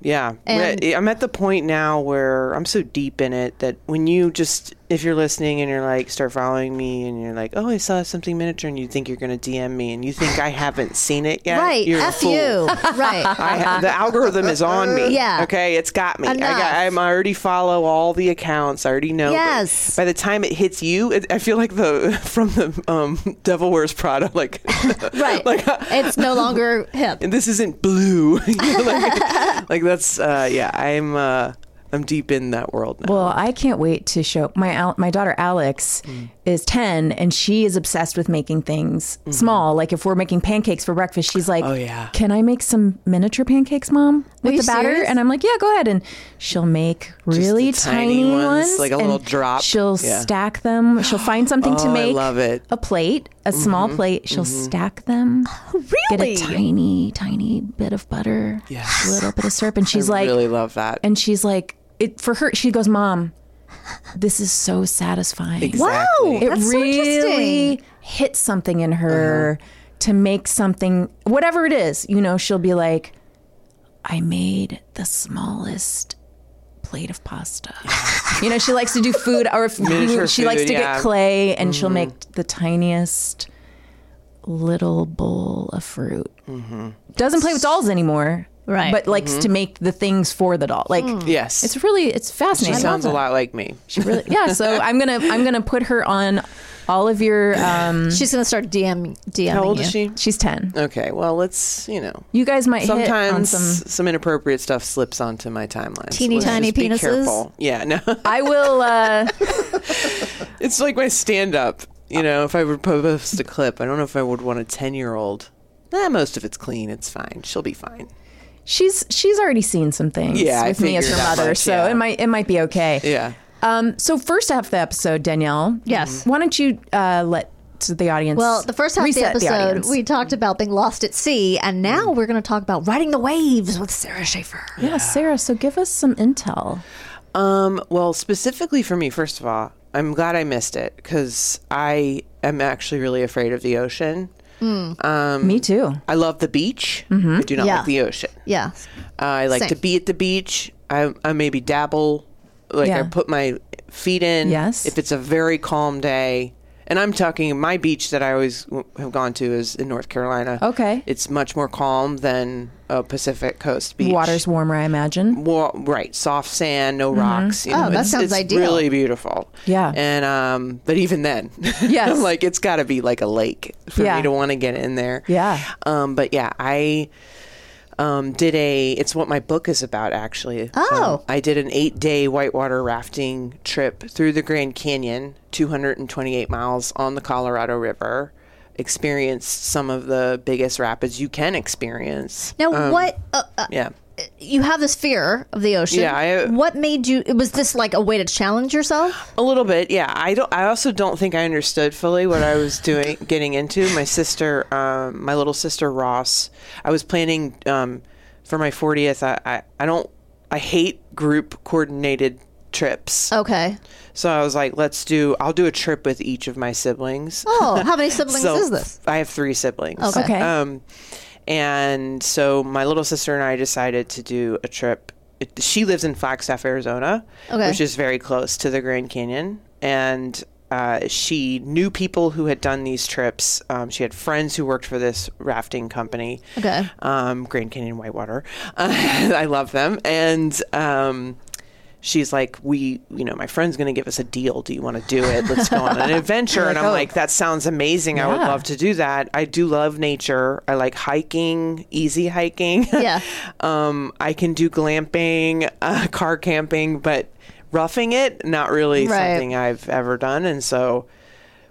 Speaker 6: Yeah.
Speaker 2: And-
Speaker 6: Wh- I'm at the point now where I'm so deep in it that when you just if you're listening and you're like start following me and you're like, oh, I saw something miniature, and you think you're gonna DM me and you think I haven't seen it yet,
Speaker 9: Right.
Speaker 6: You're a
Speaker 9: F
Speaker 6: fool.
Speaker 9: you.
Speaker 6: [LAUGHS]
Speaker 9: Right.
Speaker 6: I ha- the algorithm is on me.
Speaker 9: [LAUGHS] Yeah.
Speaker 6: Okay, it's got me. I
Speaker 9: Enough.
Speaker 6: got, I'm I already follow all the accounts. I already know. but
Speaker 9: Yes.
Speaker 6: By the time it hits you, it, I feel like the [LAUGHS] from the um, [LAUGHS] Devil Wears Prada. Like, [LAUGHS]
Speaker 2: Right.
Speaker 6: Like, uh,
Speaker 2: it's no longer hip.
Speaker 6: and this isn't blue. [LAUGHS] You know,
Speaker 3: [LAUGHS]
Speaker 6: like, like that's uh, yeah. I'm uh, I'm deep in that world now.
Speaker 3: Well, I can't wait to show my Al- my daughter Alex
Speaker 6: Mm.
Speaker 3: is 10 and she is obsessed with making things small. Like if we're making pancakes for breakfast, she's like, "Oh
Speaker 6: Mm-hmm. yeah.
Speaker 3: Can I make some miniature pancakes, mom, with
Speaker 2: you
Speaker 3: the batter?"
Speaker 2: serious?
Speaker 3: And I'm like, "Yeah, go ahead." And she'll make really
Speaker 6: tiny
Speaker 3: tiny,
Speaker 6: ones,
Speaker 3: ones,
Speaker 6: like a
Speaker 3: and
Speaker 6: little drop.
Speaker 3: She'll
Speaker 6: Yeah.
Speaker 3: stack them.
Speaker 6: [GASPS]
Speaker 3: She'll find something
Speaker 6: Oh,
Speaker 3: to
Speaker 6: I
Speaker 3: make.
Speaker 6: love it. Mm-hmm.
Speaker 3: A plate, a small plate. She'll stack
Speaker 6: [GASPS]
Speaker 3: them.
Speaker 2: Really?
Speaker 3: Get a tiny, tiny bit of butter.
Speaker 6: Yes.
Speaker 3: A little bit of syrup, and
Speaker 6: [SIGHS]
Speaker 3: she's
Speaker 6: I
Speaker 3: like,
Speaker 6: really love that.
Speaker 3: and she's like it for her she goes mom this is so satisfying
Speaker 6: Exactly.
Speaker 3: it
Speaker 9: That's so
Speaker 3: really
Speaker 9: interesting.
Speaker 3: hits something in her to make something whatever it is you know she'll be like i made the smallest plate of pasta you know she likes to do food or if
Speaker 6: Miniature
Speaker 3: she likes
Speaker 6: food,
Speaker 3: to
Speaker 6: yeah.
Speaker 3: get clay and she'll make the tiniest little bowl of fruit doesn't play with dolls anymore
Speaker 2: Right.
Speaker 3: but likes to make the things for the doll like
Speaker 6: Yes.
Speaker 3: it's really it's
Speaker 6: she
Speaker 3: fascinating.
Speaker 6: sounds a lot like me.
Speaker 3: She really, yeah. So
Speaker 6: [LAUGHS]
Speaker 3: I'm gonna I'm gonna put her on all of your. Um,
Speaker 2: She's gonna start DM DMing
Speaker 6: How old
Speaker 2: you.
Speaker 6: is she?
Speaker 3: she's ten.
Speaker 6: Okay. Well, let's you know.
Speaker 3: You guys might hit on
Speaker 6: Sometimes
Speaker 3: some.
Speaker 6: some inappropriate stuff slips onto my timeline.
Speaker 2: Teeny
Speaker 6: let's
Speaker 2: tiny
Speaker 6: just be
Speaker 2: penises?
Speaker 6: careful. Yeah, no, [LAUGHS]
Speaker 3: I will. Uh,
Speaker 6: it's like my stand up. You know, if I were to post a clip, I don't know if I would want a ten year old. Nah, most of it's clean. It's fine. She'll be fine.
Speaker 3: she's she's already seen some things
Speaker 6: Yeah, I
Speaker 3: with me as her
Speaker 6: figured that
Speaker 3: mother,
Speaker 6: much,
Speaker 3: so
Speaker 6: yeah.
Speaker 3: it might it might be okay.
Speaker 6: Yeah.
Speaker 3: Um. So first half of the episode, Danielle.
Speaker 2: Yes.
Speaker 3: Why don't you uh, let to the audience?
Speaker 2: Well, the first half
Speaker 3: reset
Speaker 2: of the episode,
Speaker 3: audience.
Speaker 2: we talked about being lost at sea, and
Speaker 6: Mm.
Speaker 2: now we're going to talk about riding the waves with Sarah Schaefer.
Speaker 3: yeah, Sarah. So give us some intel.
Speaker 6: Um, well, specifically for me, first of all, I'm glad I missed it because I am actually really afraid of the ocean. Mm.
Speaker 3: me too.
Speaker 6: I love the beach.
Speaker 3: Mm-hmm.
Speaker 6: I do not
Speaker 2: Yeah.
Speaker 6: like the ocean.
Speaker 2: Yeah.
Speaker 6: I like
Speaker 2: Same.
Speaker 6: to be at the beach. I, I maybe dabble, like
Speaker 3: Yeah.
Speaker 6: I put my feet in.
Speaker 3: Yes.
Speaker 6: If it's a very calm day, and I'm talking my beach that I always w- have gone to is in North Carolina.
Speaker 3: Okay.
Speaker 6: It's much more calm than a Pacific Coast beach.
Speaker 3: Water's warmer, I imagine.
Speaker 6: Well, right, soft sand, no rocks. You
Speaker 2: Oh,
Speaker 6: know,
Speaker 2: that
Speaker 6: it's-
Speaker 2: sounds
Speaker 6: it's
Speaker 2: ideal.
Speaker 6: Really beautiful.
Speaker 3: Mm-hmm. Yeah.
Speaker 6: And um, but even then, [LAUGHS]
Speaker 3: Yes.
Speaker 6: like it's got to be like a lake for
Speaker 3: Yeah.
Speaker 6: me to want to get in there.
Speaker 3: Yeah.
Speaker 6: Um, but yeah, I um did a. It's what my book is about actually.
Speaker 2: Oh.
Speaker 6: Um, I did an eight day whitewater rafting trip through the Grand Canyon, 228 miles on the Colorado River. Experienced some of the biggest rapids you can experience.
Speaker 2: Now, what uh, uh,
Speaker 6: Yeah.
Speaker 2: you have this fear of the ocean?
Speaker 6: Yeah, I- uh,
Speaker 2: what made you? Was this like a way to challenge yourself?
Speaker 6: A little bit, yeah. I don't. I also don't think I understood fully what I was doing, getting into. My sister, um, my little sister Ross. I was planning um, for my fortieth. I, I, I don't. I hate group coordinated trips.
Speaker 2: Okay.
Speaker 6: So I was like, let's do. I'll do a trip with each of my siblings.
Speaker 2: Oh, how
Speaker 6: [LAUGHS]
Speaker 2: many siblings
Speaker 6: So
Speaker 2: is this?
Speaker 6: I have three siblings.
Speaker 2: Okay.
Speaker 3: Okay.
Speaker 6: Um, and so my little sister and I decided to do a trip. It, she lives in Flagstaff, Arizona,
Speaker 2: Okay.
Speaker 6: which is very close to the Grand Canyon, and uh, she knew people who had done these trips. Um, she had friends who worked for this rafting company.
Speaker 2: Okay.
Speaker 6: Um, Grand Canyon Whitewater. [LAUGHS] I love them, and. Um, She's like, we, you know, my friend's going to give us a deal. Do you want to do it? Let's go on an adventure. and I'm like, that sounds amazing. I would
Speaker 3: Yeah.
Speaker 6: love to do that. I do love nature. I like hiking, easy hiking. [LAUGHS]
Speaker 2: Yeah.
Speaker 6: um, I can do glamping, uh, car camping, but roughing it, not really
Speaker 2: Right.
Speaker 6: something I've ever done. And so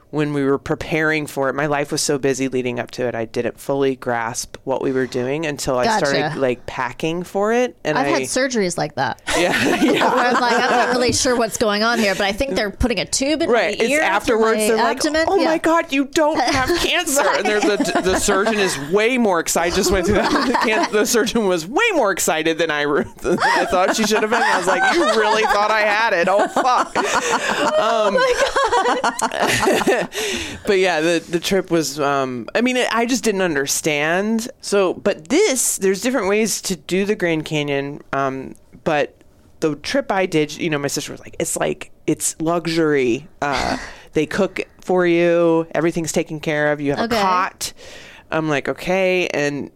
Speaker 6: when we were preparing for it, my life was so busy leading up to it. I didn't fully grasp what we were doing until I
Speaker 2: Gotcha.
Speaker 6: started like packing for it. And
Speaker 2: I've
Speaker 6: I
Speaker 2: had surgeries like that.
Speaker 6: [LAUGHS] yeah,
Speaker 2: [LAUGHS]
Speaker 6: yeah.
Speaker 2: Where I'm like, I'm not really sure what's going on here, but I think they're putting a tube in
Speaker 6: Right.
Speaker 2: my
Speaker 6: It's
Speaker 2: ear through
Speaker 6: afterwards.
Speaker 2: my
Speaker 6: They're like,
Speaker 2: abdomen.
Speaker 6: oh
Speaker 2: Yeah.
Speaker 6: my God, you
Speaker 2: [LAUGHS]
Speaker 6: don't have cancer. And there's a, the surgeon is way more excited. I just went through that. The,
Speaker 2: [LAUGHS]
Speaker 6: can- the surgeon was way more excited than I, re- [LAUGHS] than I thought she should have been. I was like, you really thought I had it. Oh, fuck. Um, but yeah, the, the trip was, um, I mean, it, I just didn't understand. So, but this, there's different ways to do the Grand Canyon. Um, but the trip I did, you know, my sister was like, it's like it's luxury. Uh, they cook for you. Everything's taken care of. You have
Speaker 2: Okay.
Speaker 6: a cot. I'm like, okay, and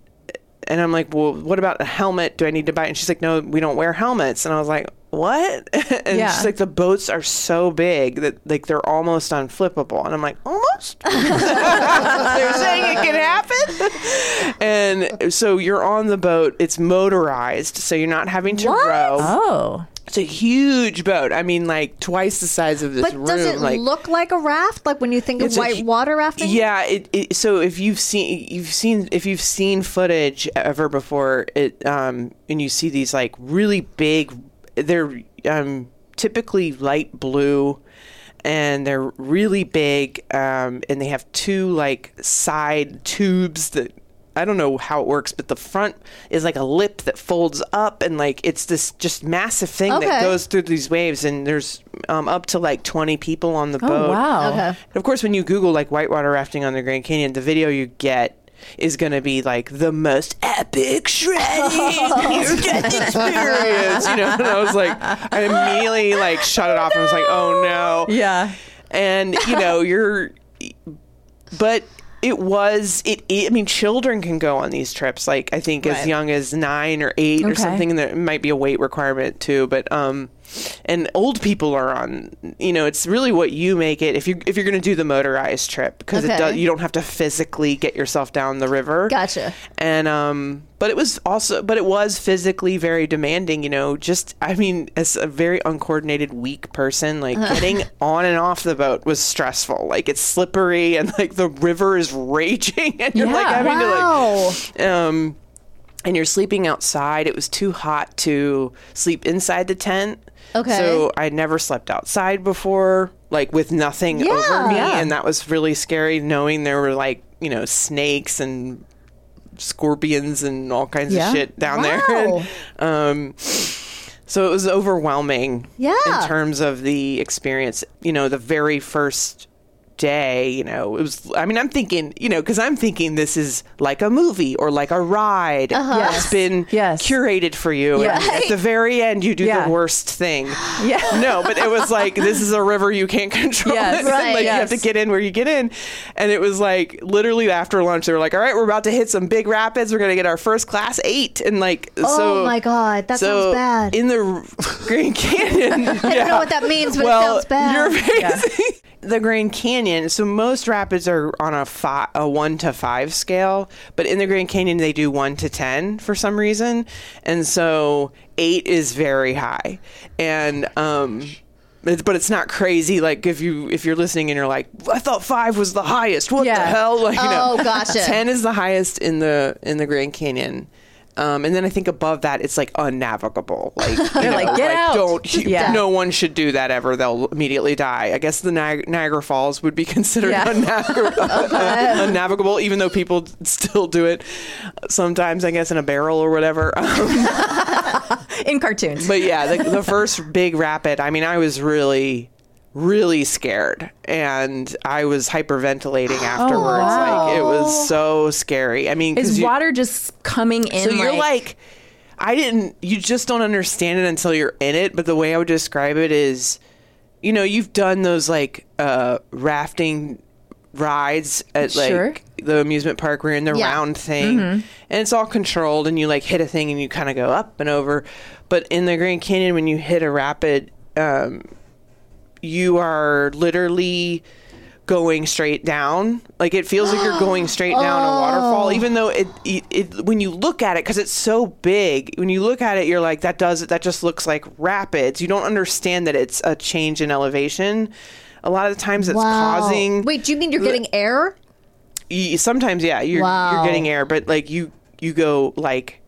Speaker 6: and I'm like, well, what about a helmet? Do I need to buy? it? And she's like, no, we don't wear helmets. And I was like, what? [LAUGHS] and
Speaker 3: Yeah.
Speaker 6: she's like, the boats are so big that like they're almost unflippable. And I'm like, almost. [LAUGHS] They're saying it can happen. [LAUGHS] and so you're on the boat. It's motorized, so you're not having to row.
Speaker 3: Oh.
Speaker 6: It's a huge boat. I mean, like twice the size of this
Speaker 2: But
Speaker 6: room.
Speaker 2: does it
Speaker 6: like,
Speaker 2: look like a raft? Like when you think of
Speaker 6: it's a
Speaker 2: white
Speaker 6: hu-
Speaker 2: water rafting?
Speaker 6: Yeah. It, it, so if you've seen, you've seen, if you've seen footage ever before, it um, and you see these like really big, they're um, typically light blue, and they're really big, um, and they have two like side tubes that. I don't know how it works, but the front is like a lip that folds up, and like it's this just massive thing
Speaker 2: Okay.
Speaker 6: that goes through these waves. And there's um, up to like 20 people on the
Speaker 3: Oh,
Speaker 6: boat.
Speaker 3: wow.
Speaker 2: Okay.
Speaker 6: And of course, when you Google like whitewater rafting on the Grand Canyon, the video you get is going to be like the most epic shredding near death experience. You know, and I was like, I immediately like shut it off and was like, oh no.
Speaker 3: Yeah.
Speaker 6: And you
Speaker 2: [LAUGHS]
Speaker 6: know, you're, but. It was it, it. I mean, children can go on these trips. Like I think as
Speaker 2: Right.
Speaker 6: young as nine or eight or
Speaker 3: Okay.
Speaker 6: something. And there might be a weight requirement too. But um, and old people are on. You know, it's really what you make it. If you if you're going to do the motorized trip, because it
Speaker 2: Okay.
Speaker 6: does, you don't have to physically get yourself down the river.
Speaker 2: Gotcha.
Speaker 6: And um, but it was also, but it was physically very demanding. You know, just I mean, as a very uncoordinated, weak person, like
Speaker 2: Uh-huh.
Speaker 6: getting on and off the boat was stressful. Like it's slippery, and like the river is raging, [LAUGHS] and you're like
Speaker 3: Yeah.
Speaker 6: having to
Speaker 2: Wow.
Speaker 6: like um, and you're sleeping outside. It was too hot to sleep inside the tent.
Speaker 2: Okay.
Speaker 6: So I never slept outside before, like with nothing over me.
Speaker 3: Yeah.
Speaker 6: And that was really scary knowing there were like, you know, snakes and scorpions and all kinds
Speaker 3: Yeah.
Speaker 6: of shit down
Speaker 2: Wow.
Speaker 6: there. [LAUGHS] And, um, so it was overwhelming
Speaker 2: Yeah.
Speaker 6: in terms of the experience. You know, the very first day, you know, it was, I mean, I'm thinking, you know, because I'm thinking this is like a movie or like a ride.
Speaker 2: Uh-huh.
Speaker 6: It's been
Speaker 3: Yes.
Speaker 6: curated for you. and
Speaker 3: Yeah.
Speaker 6: at the very end, you do
Speaker 3: Yeah.
Speaker 6: the worst
Speaker 2: [GASPS]
Speaker 6: thing.
Speaker 3: Yeah.
Speaker 6: No, but it was like, this is a river you can't [LAUGHS] control.
Speaker 3: Yes.
Speaker 2: Right.
Speaker 6: like, you
Speaker 3: Yes.
Speaker 6: have to get in where you get in. And it was like, literally after lunch, they were like, all right, we're about to hit some big rapids. We're going to get our first class eight. And like,
Speaker 2: Oh
Speaker 6: so-
Speaker 2: my God, that
Speaker 6: so
Speaker 2: sounds bad.
Speaker 6: In the
Speaker 2: [LAUGHS]
Speaker 6: Grand Canyon, I
Speaker 2: don't know what that means, but it
Speaker 6: well,
Speaker 2: sounds bad.
Speaker 6: You're
Speaker 2: [LAUGHS]
Speaker 6: facing the Grand Canyon. So most rapids are on a fi- a one to five scale, but in the Grand Canyon they do one to ten for some reason, and so eight is very high, and um. It's, but it's not crazy. Like if you if you're listening and you're like, I thought five was the highest. What the
Speaker 3: Yeah.
Speaker 6: hell? [LAUGHS] Like, you know,
Speaker 2: Oh, gotcha.
Speaker 6: Ten is the highest in the in the Grand Canyon, um, and then I think above that it's like
Speaker 3: [LAUGHS]
Speaker 6: unnavigable. Like you know,
Speaker 3: like, "Get out."
Speaker 6: Don't.
Speaker 3: Just [LAUGHS] Yeah.
Speaker 6: No one should do that ever. They'll immediately die. I guess the Niag- Niagara Falls would be [LAUGHS] considered
Speaker 3: Yeah.
Speaker 6: unnavi-
Speaker 3: [LAUGHS]
Speaker 6: uh, unnavigable, even though people still do it sometimes. I guess in a barrel or whatever. [LAUGHS] Um,
Speaker 3: In cartoons.
Speaker 6: but yeah, the, the first big rapid. I mean, I was really. Really scared, and I was
Speaker 3: [GASPS]
Speaker 6: hyperventilating
Speaker 3: Oh,
Speaker 6: afterwards. Like it was so scary. I mean, 'cause
Speaker 3: Is
Speaker 6: you-
Speaker 3: water just coming in?
Speaker 6: so you're like, I didn't. You just don't understand it until you're in it. But the way I would describe it is, you know, you've done those like uh, rafting rides at like
Speaker 3: Sure.
Speaker 6: the amusement park where you're in the
Speaker 2: Yeah.
Speaker 6: round thing, and it's all controlled, and you like hit a thing, and you kind of go up and over. But in the Grand Canyon, when you hit a rapid, um, you are literally going straight down. Like it feels like you're going straight down a waterfall, even though it, it, it when you look at it because it's so big. When you look at it, you're like that does that just looks like rapids. You don't understand that it's a change in elevation. A lot of the times, it's
Speaker 2: Wow.
Speaker 6: causing.
Speaker 2: Wait, do you mean you're getting air?
Speaker 6: y- sometimes, yeah, you're
Speaker 2: Wow.
Speaker 6: you're getting air, but like you you go like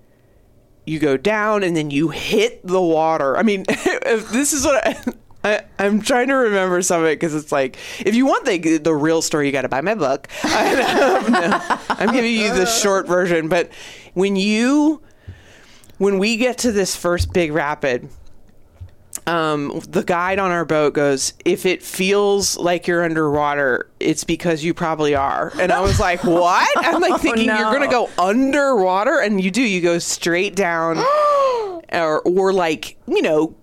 Speaker 6: you go down and then you hit the water. I mean, [LAUGHS] if this is what I, [LAUGHS] I, I'm trying to remember some of it because it's like, if you want the, the real story, you got to buy my book. [LAUGHS] I don't know. I'm giving you the short version. But when you, when we get to this first big rapid, um, the guide on our boat goes, if it feels like you're underwater, it's because you probably are. And I was
Speaker 3: [LAUGHS]
Speaker 6: like, what? I'm like thinking
Speaker 3: Oh, no.
Speaker 6: you're going to go
Speaker 3: [GASPS]
Speaker 6: underwater and you do you go straight down or or like you know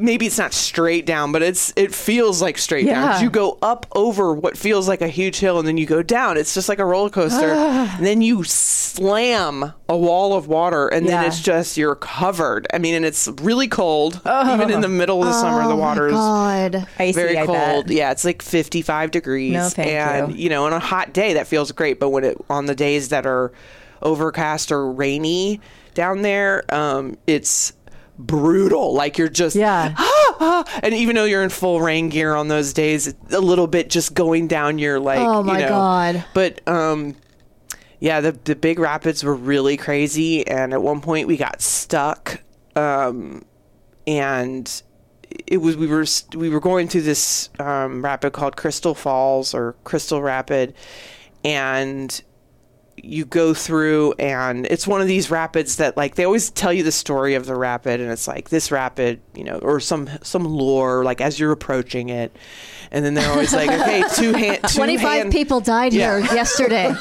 Speaker 6: maybe it's not straight down, but it's it feels like straight down. 'Cause
Speaker 3: Yeah.
Speaker 6: You go up over what feels like a huge hill, and then you go down. It's just like a roller
Speaker 3: [SIGHS]
Speaker 6: coaster. and then you slam a wall of water, and then
Speaker 3: Yeah.
Speaker 6: it's just you're covered. I mean, and it's really cold. Even
Speaker 3: Oh.
Speaker 6: in the middle of the summer, the water is
Speaker 2: God.
Speaker 3: Icy,
Speaker 6: very
Speaker 3: I bet.
Speaker 6: cold. Yeah, it's like 55 degrees.
Speaker 3: No, thank
Speaker 6: and
Speaker 3: you.
Speaker 6: know, on a hot day that feels great, but when it on the days that are overcast or rainy down there, um, it's brutal. Like you're just
Speaker 3: Yeah.
Speaker 6: and even though you're in full rain gear on those days, a little bit just going down your like.
Speaker 2: Oh,
Speaker 6: you
Speaker 2: my
Speaker 6: know.
Speaker 2: God.
Speaker 6: But um, yeah, the the big rapids were really crazy, and at one point we got stuck, um, and it was we were st- we were going through this um, rapid called Crystal Falls or Crystal Rapid, and you go through and it's one of these rapids that like they always tell you the story of the rapid and it's like this rapid you know or some some lore like as you're approaching it and then they're always like okay two hand
Speaker 2: [LAUGHS]
Speaker 6: two
Speaker 2: 25
Speaker 6: hand-
Speaker 2: people died
Speaker 6: Yeah. [LAUGHS]
Speaker 2: here yesterday.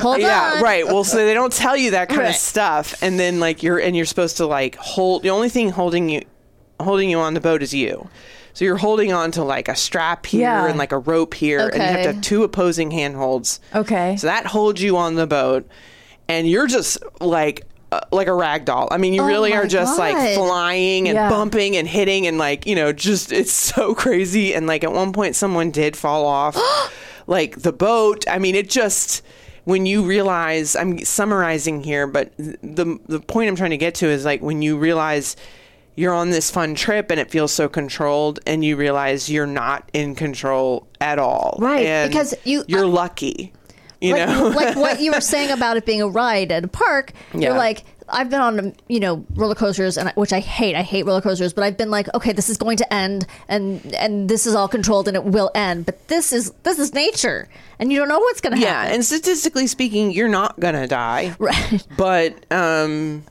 Speaker 2: Hold
Speaker 6: yeah
Speaker 2: on.
Speaker 6: right well so they don't tell you that kind
Speaker 2: Right.
Speaker 6: of stuff and then like you're and you're supposed to like hold the only thing holding you holding you on the boat is you so you're holding on to like a strap here
Speaker 3: Yeah.
Speaker 6: and like a rope here and you have to
Speaker 2: Okay.
Speaker 6: have two opposing handholds
Speaker 3: Okay.
Speaker 6: so that holds you on the boat, and you're just like uh, like a rag doll. I mean, you really
Speaker 2: Oh my
Speaker 6: are just
Speaker 2: God.
Speaker 6: like flying and
Speaker 3: Yeah.
Speaker 6: bumping and hitting and like you know, just it's so [LAUGHS] crazy. And like at one point, someone did fall
Speaker 2: [GASPS]
Speaker 6: off, like the boat. I mean, it just. When you realize, I'm summarizing here, but th- the the point I'm trying to get to is like when you realize you're on this fun trip and it feels so controlled, and you realize you're not in control at all,
Speaker 2: Right,
Speaker 6: And
Speaker 2: because you-
Speaker 6: you're lucky, you
Speaker 2: like,
Speaker 6: know
Speaker 2: like what you were saying about it being a ride at a park. You're
Speaker 6: Yeah.
Speaker 2: like, I've been on, you know, roller coasters, and I- which I hate. I hate roller coasters, but I've been like, okay, this is going to end, and and this is all controlled, and it will end. But this is this is nature, and you don't know what's going
Speaker 6: [LAUGHS]
Speaker 2: to
Speaker 6: yeah
Speaker 2: happen.
Speaker 6: and statistically speaking you're not gonna die
Speaker 2: [LAUGHS] Right.
Speaker 6: but um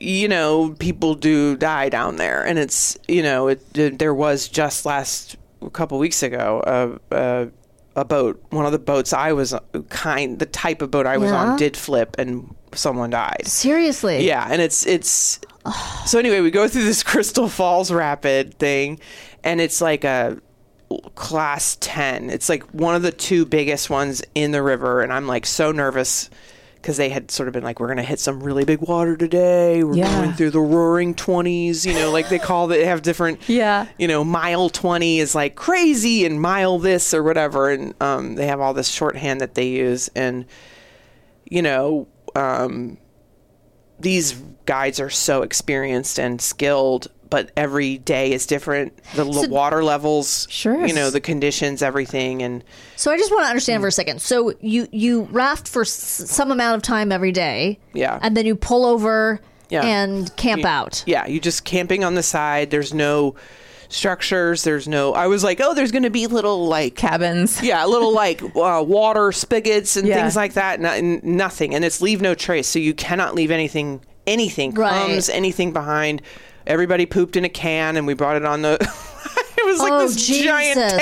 Speaker 6: you know people do die down there and it's you know it there was just last a couple weeks ago a, a a boat one of the boats i was kind the type of boat i was
Speaker 2: Yeah.
Speaker 6: on did flip and someone died
Speaker 2: Seriously.
Speaker 6: Yeah, and it's it's so anyway, we go through this [LAUGHS] Crystal Falls Rapid thing, and it's like a class ten. It's like one of the two biggest ones in the river, and I'm like so nervous because they had sort of been like, "We're gonna hit some really big water today. We're
Speaker 3: Yeah.
Speaker 6: going through the Roaring Twenties, you know, like they call it. They have different,
Speaker 3: Yeah.
Speaker 6: you know, mile twenty is like crazy, and mile this or whatever, and um, they have all this shorthand that they use, and you know, um, these guides are so experienced and skilled, but every day is different. The l water levels,
Speaker 3: Sure.
Speaker 6: you know, the conditions, everything, and
Speaker 2: So I just want to understand for a second. So you you raft for s- some amount of time every day.
Speaker 6: Yeah.
Speaker 2: And then you pull over
Speaker 6: Yeah.
Speaker 2: and camp
Speaker 6: you-
Speaker 2: out.
Speaker 6: Yeah, you just camping on the side. There's no structures. There's no. I was like, oh, there's going to be little like
Speaker 3: [GASPS] Cabins.
Speaker 6: yeah, little like uh, water spigots and
Speaker 3: Yeah.
Speaker 6: things like that. No, n- nothing, and it's leave no trace. So you cannot leave anything, anything
Speaker 2: Right.
Speaker 6: crumbs, anything behind. Everybody pooped in a can, and we brought it on the. [LAUGHS] it was like
Speaker 2: Oh,
Speaker 6: this giant
Speaker 2: Jesus. Oh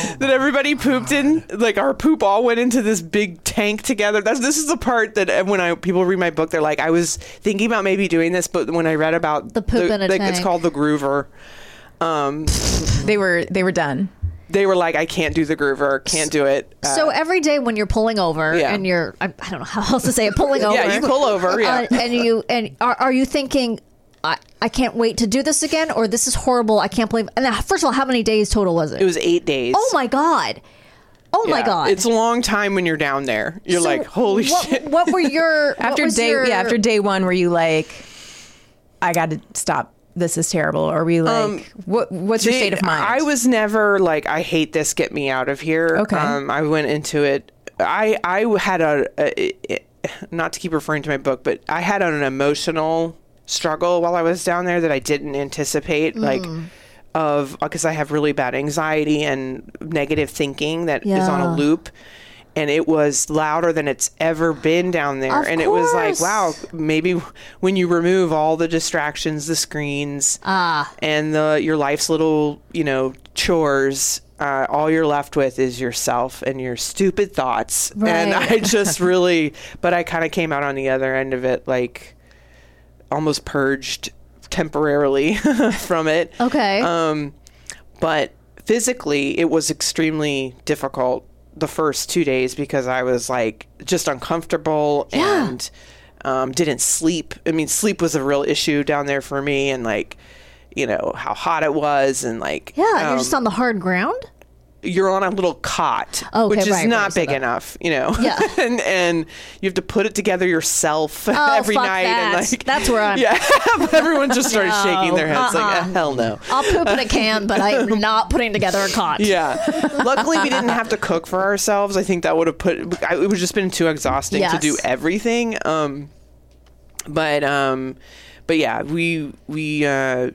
Speaker 6: tank that everybody pooped in. Like our poop all went into this big tank together. That's this is the part that uh, when I people read my book, they're like, I was thinking about maybe doing this, but when I read about
Speaker 2: The poop in a
Speaker 6: like, it's
Speaker 2: tank.
Speaker 6: called the Groover. Um,
Speaker 3: They were they were done.
Speaker 6: they were like, I can't do the Groover, can't do it. Uh,
Speaker 2: So every day when you're pulling over
Speaker 6: Yeah.
Speaker 2: and you're I, I don't know how else to say it
Speaker 6: [LAUGHS]
Speaker 2: pulling over.
Speaker 6: you pull over, yeah.
Speaker 2: Uh, and you and are, are you thinking I, I can't wait to do this again or this is horrible. I can't believe and uh, first of all, how many days total was it?
Speaker 6: it was eight days.
Speaker 2: oh my god. Oh my
Speaker 6: Yeah.
Speaker 2: god.
Speaker 6: It's a long time when you're down there. You're
Speaker 2: So
Speaker 6: like, holy
Speaker 2: what,
Speaker 6: shit.
Speaker 2: What
Speaker 6: [LAUGHS]
Speaker 2: were your what
Speaker 3: After
Speaker 2: was
Speaker 3: day
Speaker 2: your-
Speaker 3: yeah, after day one were you like I got to stop. This is terrible. Or were you like what what's your state of
Speaker 6: Did-
Speaker 3: mind?
Speaker 6: Um, I was never like, I hate this. Get me out of here.
Speaker 3: Okay.
Speaker 6: Um, I went into it. I I had a, a- it- not to keep referring to my book, but I had an emotional struggle while I was down there that I didn't anticipate.
Speaker 2: Mm.
Speaker 6: Like. Of because I have really bad anxiety and negative thinking that is on a
Speaker 2: Yeah.
Speaker 6: loop, and it was louder than it's ever been down there.
Speaker 2: Of
Speaker 6: and it was like,
Speaker 2: course.
Speaker 6: wow, maybe when you remove all the distractions, the screens,
Speaker 2: Ah.
Speaker 6: and the your life's little you know chores, uh, all you're left with is yourself and your stupid thoughts. And
Speaker 2: Right.
Speaker 6: I just
Speaker 2: [LAUGHS]
Speaker 6: really, but I kind of came out on the other end of it like almost purged temporarily [LAUGHS] from it.
Speaker 2: Okay.
Speaker 6: Um, but physically, it was extremely difficult the first two days because I was like just uncomfortable and um, didn't sleep. I mean, sleep was a real issue down there for me, and like, you know, how hot it was, and like,
Speaker 2: Yeah, you're
Speaker 6: um,
Speaker 2: just on the
Speaker 6: [LAUGHS]
Speaker 2: hard ground.
Speaker 6: you're on a little cot,
Speaker 2: Okay,
Speaker 6: which is
Speaker 2: right, right,
Speaker 6: not
Speaker 2: so
Speaker 6: big
Speaker 2: that-
Speaker 6: enough, you know.
Speaker 2: Yeah.
Speaker 6: [LAUGHS] and and you have to put it together yourself [LAUGHS]
Speaker 2: Oh,
Speaker 6: every
Speaker 2: fuck
Speaker 6: night,
Speaker 2: that.
Speaker 6: and like
Speaker 2: That's where
Speaker 6: [LAUGHS]
Speaker 2: I'm-
Speaker 6: Yeah, But everyone just started shaking their heads like,
Speaker 2: uh-uh.
Speaker 6: "Uh, hell no.
Speaker 2: I'll poop in a can,
Speaker 6: [LAUGHS]
Speaker 2: but I'm not putting together a cot. [LAUGHS]
Speaker 6: Yeah. Luckily, we didn't have to cook for ourselves. I think that would have put I, it would just been too exhausting to
Speaker 2: Yes.
Speaker 6: do everything. Um, but um, but yeah, we we. Uh,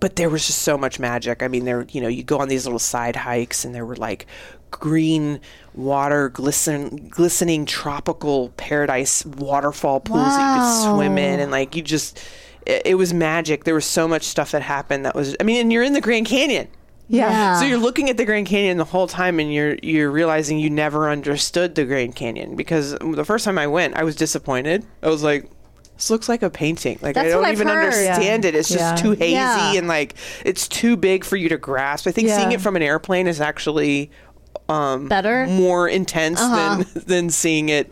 Speaker 6: but there was just so much magic. I mean, there you know you go on these little side hikes, and there were like green water glisten glistening tropical paradise waterfall pools that you could swim in and like you just it, it was magic there was so much stuff that happened that was i mean and you're in the grand canyon
Speaker 2: Yeah.
Speaker 6: so you're
Speaker 3: Um,
Speaker 6: looking at the Grand Canyon the whole time, and you're you're realizing you never understood the Grand Canyon because the first time I went, I was disappointed. I was like, "This looks like a painting. Like I
Speaker 2: That's
Speaker 6: don't
Speaker 2: what I've
Speaker 6: even
Speaker 2: heard.
Speaker 6: understand it. It's just
Speaker 3: Yeah.
Speaker 6: too hazy
Speaker 2: Yeah.
Speaker 6: and like it's too big for you to grasp." I think
Speaker 3: Yeah.
Speaker 6: seeing it from an airplane is actually um,
Speaker 2: Better?
Speaker 6: more intense than than seeing it.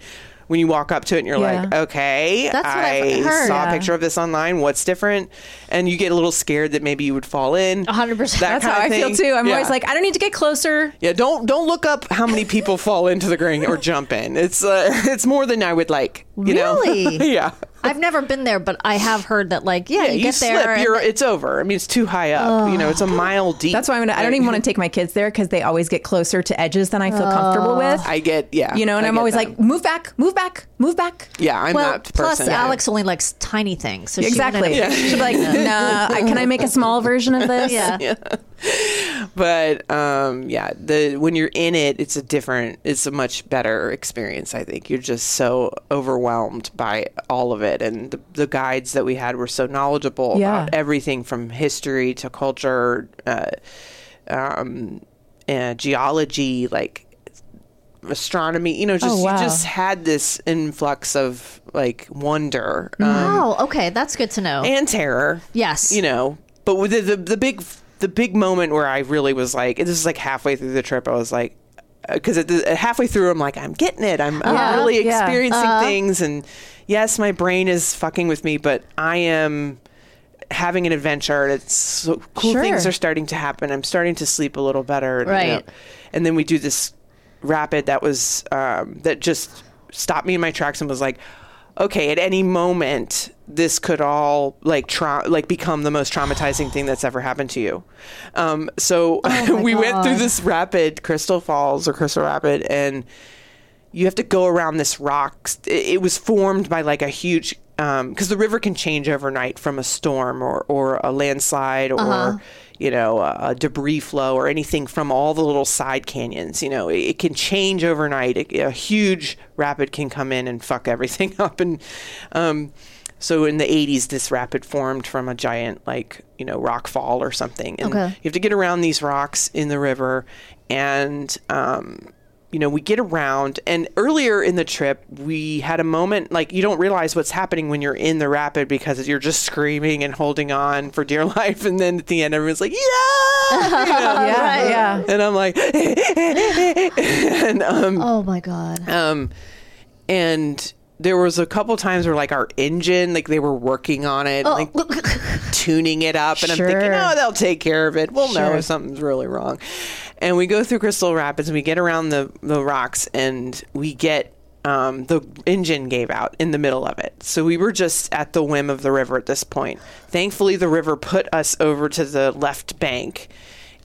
Speaker 6: When you walk up to it and you're
Speaker 3: Uh-huh. Yeah.
Speaker 6: like, okay,
Speaker 2: That's what I've
Speaker 6: I
Speaker 2: heard.
Speaker 6: saw
Speaker 2: Yeah.
Speaker 6: a picture of this online. What's different? And you get a little scared that maybe you would fall in.
Speaker 2: 100%.
Speaker 6: That
Speaker 3: That's
Speaker 6: kind
Speaker 3: how
Speaker 6: of
Speaker 3: I feel
Speaker 6: thing.
Speaker 3: too. I'm
Speaker 6: Yeah.
Speaker 3: always like, I don't need to get closer.
Speaker 6: Yeah, don't don't look up how many people
Speaker 2: [LAUGHS]
Speaker 6: fall into the green or jump in. It's uh, [LAUGHS] it's more than I would like. You Know?
Speaker 2: Really?
Speaker 6: [LAUGHS] yeah.
Speaker 2: I've never been there, but I have heard that, like, yeah,
Speaker 6: Yeah,
Speaker 2: you,
Speaker 6: you,
Speaker 2: get
Speaker 6: slip.
Speaker 2: there. and-
Speaker 6: you're it's over. I mean, it's too high up. you know, it's a mile deep.
Speaker 3: That's why I'm gonna, I don't even want to take my kids there because they always get closer to edges than I feel comfortable with.
Speaker 6: I get yeah.
Speaker 3: you know, and
Speaker 6: Oh. I
Speaker 3: I'm
Speaker 6: get
Speaker 3: always
Speaker 6: that.
Speaker 3: like, move back, move back, move back.
Speaker 6: yeah, I'm
Speaker 2: well,
Speaker 6: not the
Speaker 2: plus,
Speaker 6: person.
Speaker 2: Alex only likes tiny things. So she wouldn't
Speaker 3: Exactly.
Speaker 2: have-
Speaker 3: She'll be like,
Speaker 2: [LAUGHS]
Speaker 3: nah, Uh, I, can I make a small version of
Speaker 6: [LAUGHS]
Speaker 3: this?
Speaker 2: Yeah.
Speaker 6: but um, yeah, the when you're in it, it's a different, it's a much better experience. I think you're just so overwhelmed by all of it, and the, the guides that we had were so knowledgeable
Speaker 3: Yeah.
Speaker 6: about everything from history to culture, uh, um, and geology, like astronomy. You know, just
Speaker 3: Oh, wow.
Speaker 6: you just had this influx of like wonder. Um,
Speaker 2: Oh, okay. That's good to know.
Speaker 6: and terror.
Speaker 2: Yes.
Speaker 6: you know. But with the, the the big the big moment where I really was like, this is like halfway through the trip, I was like, because at the- halfway through, I'm like, I'm getting it. I'm, I'm
Speaker 2: Yeah. Uh-huh.
Speaker 6: really
Speaker 3: Yeah.
Speaker 6: experiencing things, and yes, my brain is fucking with me, but I am having an adventure. and It's so, cool
Speaker 3: Sure.
Speaker 6: things are starting to happen. I'm starting to sleep a little better, and, you know.
Speaker 2: Right.
Speaker 6: and then we do this rapid that was um, that just stopped me in my tracks and was like okay at any moment this could all like tra- like become the most traumatizing thing that's ever happened to you um, so [LAUGHS] we went through this rapid crystal falls or crystal rapid and you have to go around this rock. It, it was formed by like a huge because the river can change overnight from a storm or, or a landslide or you know a, a debris flow or anything from all the little side canyons. You know it, it can change overnight. It- a huge rapid can come in and fuck everything [LAUGHS] up. And um, so in the 80s, this rapid formed from a giant like you know rock fall or something. And
Speaker 2: Okay.
Speaker 6: you have to get around these rocks in the river and. Um, you know, we get around, and earlier in the trip, we had a moment like you don't realize what's happening when you're in the rapid because you're just screaming and holding on for dear [LAUGHS] life. And then at the end, everyone's like, yeah, You
Speaker 3: [LAUGHS]
Speaker 6: know?
Speaker 3: Yeah. yeah.
Speaker 6: and I'm like, [LAUGHS] and um,
Speaker 2: oh, my God.
Speaker 6: um, and there was a couple times where like our engine, like they were working on it,
Speaker 2: Oh,
Speaker 6: like
Speaker 2: [LAUGHS]
Speaker 6: tuning it up, and I'm thinking,
Speaker 3: Sure.
Speaker 6: oh, they'll take care of it. We'll know
Speaker 3: Sure.
Speaker 6: if something's really wrong. And we go through Crystal Rapids, and we get around the the rocks, and we get. Um, the engine gave out in the middle of it. So we were just at the whim of the river at this point. Thankfully, the river put us over to the left bank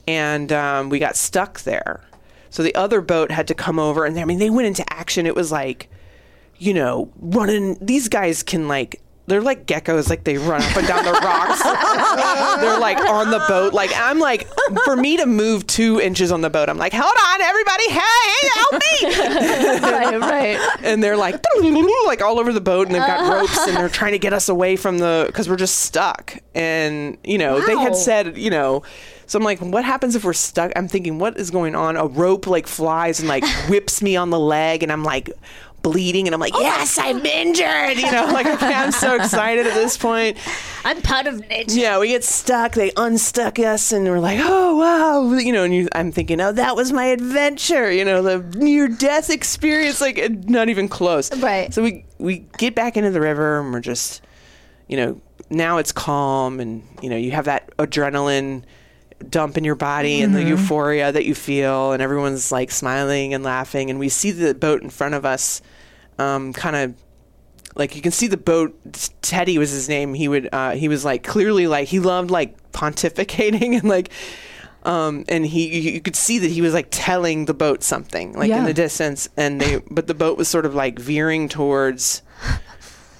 Speaker 6: and um, we got stuck there. So the other boat had to come over, and I mean, they went into action. It was like, you know, running. These guys can like. They're like geckos, like they run up and down the rocks. They're like on the boat. Like I'm like, for me to move two inches on the boat, I'm like, hold on, everybody, hey, help me!
Speaker 2: [LAUGHS] right, right.
Speaker 6: and they're like [LAUGHS] like all over the boat and they've got ropes and they're trying to get us away from the because we're just stuck and you know they
Speaker 2: Wow.
Speaker 6: had said you know so i'm like what happens if we're stuck i'm thinking what is going on a rope like flies and like whips me on the leg and i'm like bleeding, and I'm like, yes, I'm injured. You know, like I'm so excited at this point.
Speaker 2: I'm part of nature.
Speaker 6: Yeah, we get stuck. They unstuck us, and we're like, oh wow, you know. And you, I'm thinking, oh, that was my adventure. You know, the near death experience, like uh, not even close.
Speaker 2: Right.
Speaker 6: So we we get back into the river, and we're just, you know, now it's calm, and you know, you have that adrenaline dump in your body and the euphoria that you feel, and everyone's like smiling and laughing, and we see the boat in front of us, um, kind of like you can see the boat teddy was his name he would uh, he was like clearly like he loved like pontificating [LAUGHS] and like um and he you, you could see that he was like telling the boat something like in
Speaker 3: Yeah.
Speaker 6: the distance and they but the boat was sort of like veering towards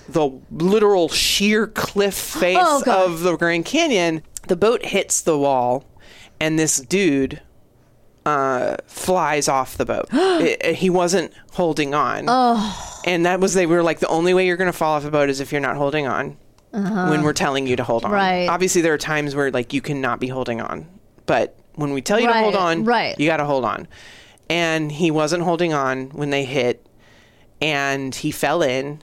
Speaker 6: the literal sheer cliff face
Speaker 2: [GASPS] Oh, God.
Speaker 6: of the grand canyon the boat hits the wall and this dude uh, flies off the
Speaker 2: [GASPS]
Speaker 6: boat. It- it- he wasn't holding on.
Speaker 2: Oh.
Speaker 6: And that was, they were like, the only way you're going to fall off a boat is if you're not holding on when we're telling you to hold on.
Speaker 2: Uh-huh. Right.
Speaker 6: Obviously, there are times where like you cannot be holding on. But when we tell you to hold
Speaker 2: Right,
Speaker 6: on,
Speaker 2: right.
Speaker 6: you got to hold on. And he wasn't holding on when they hit and he fell in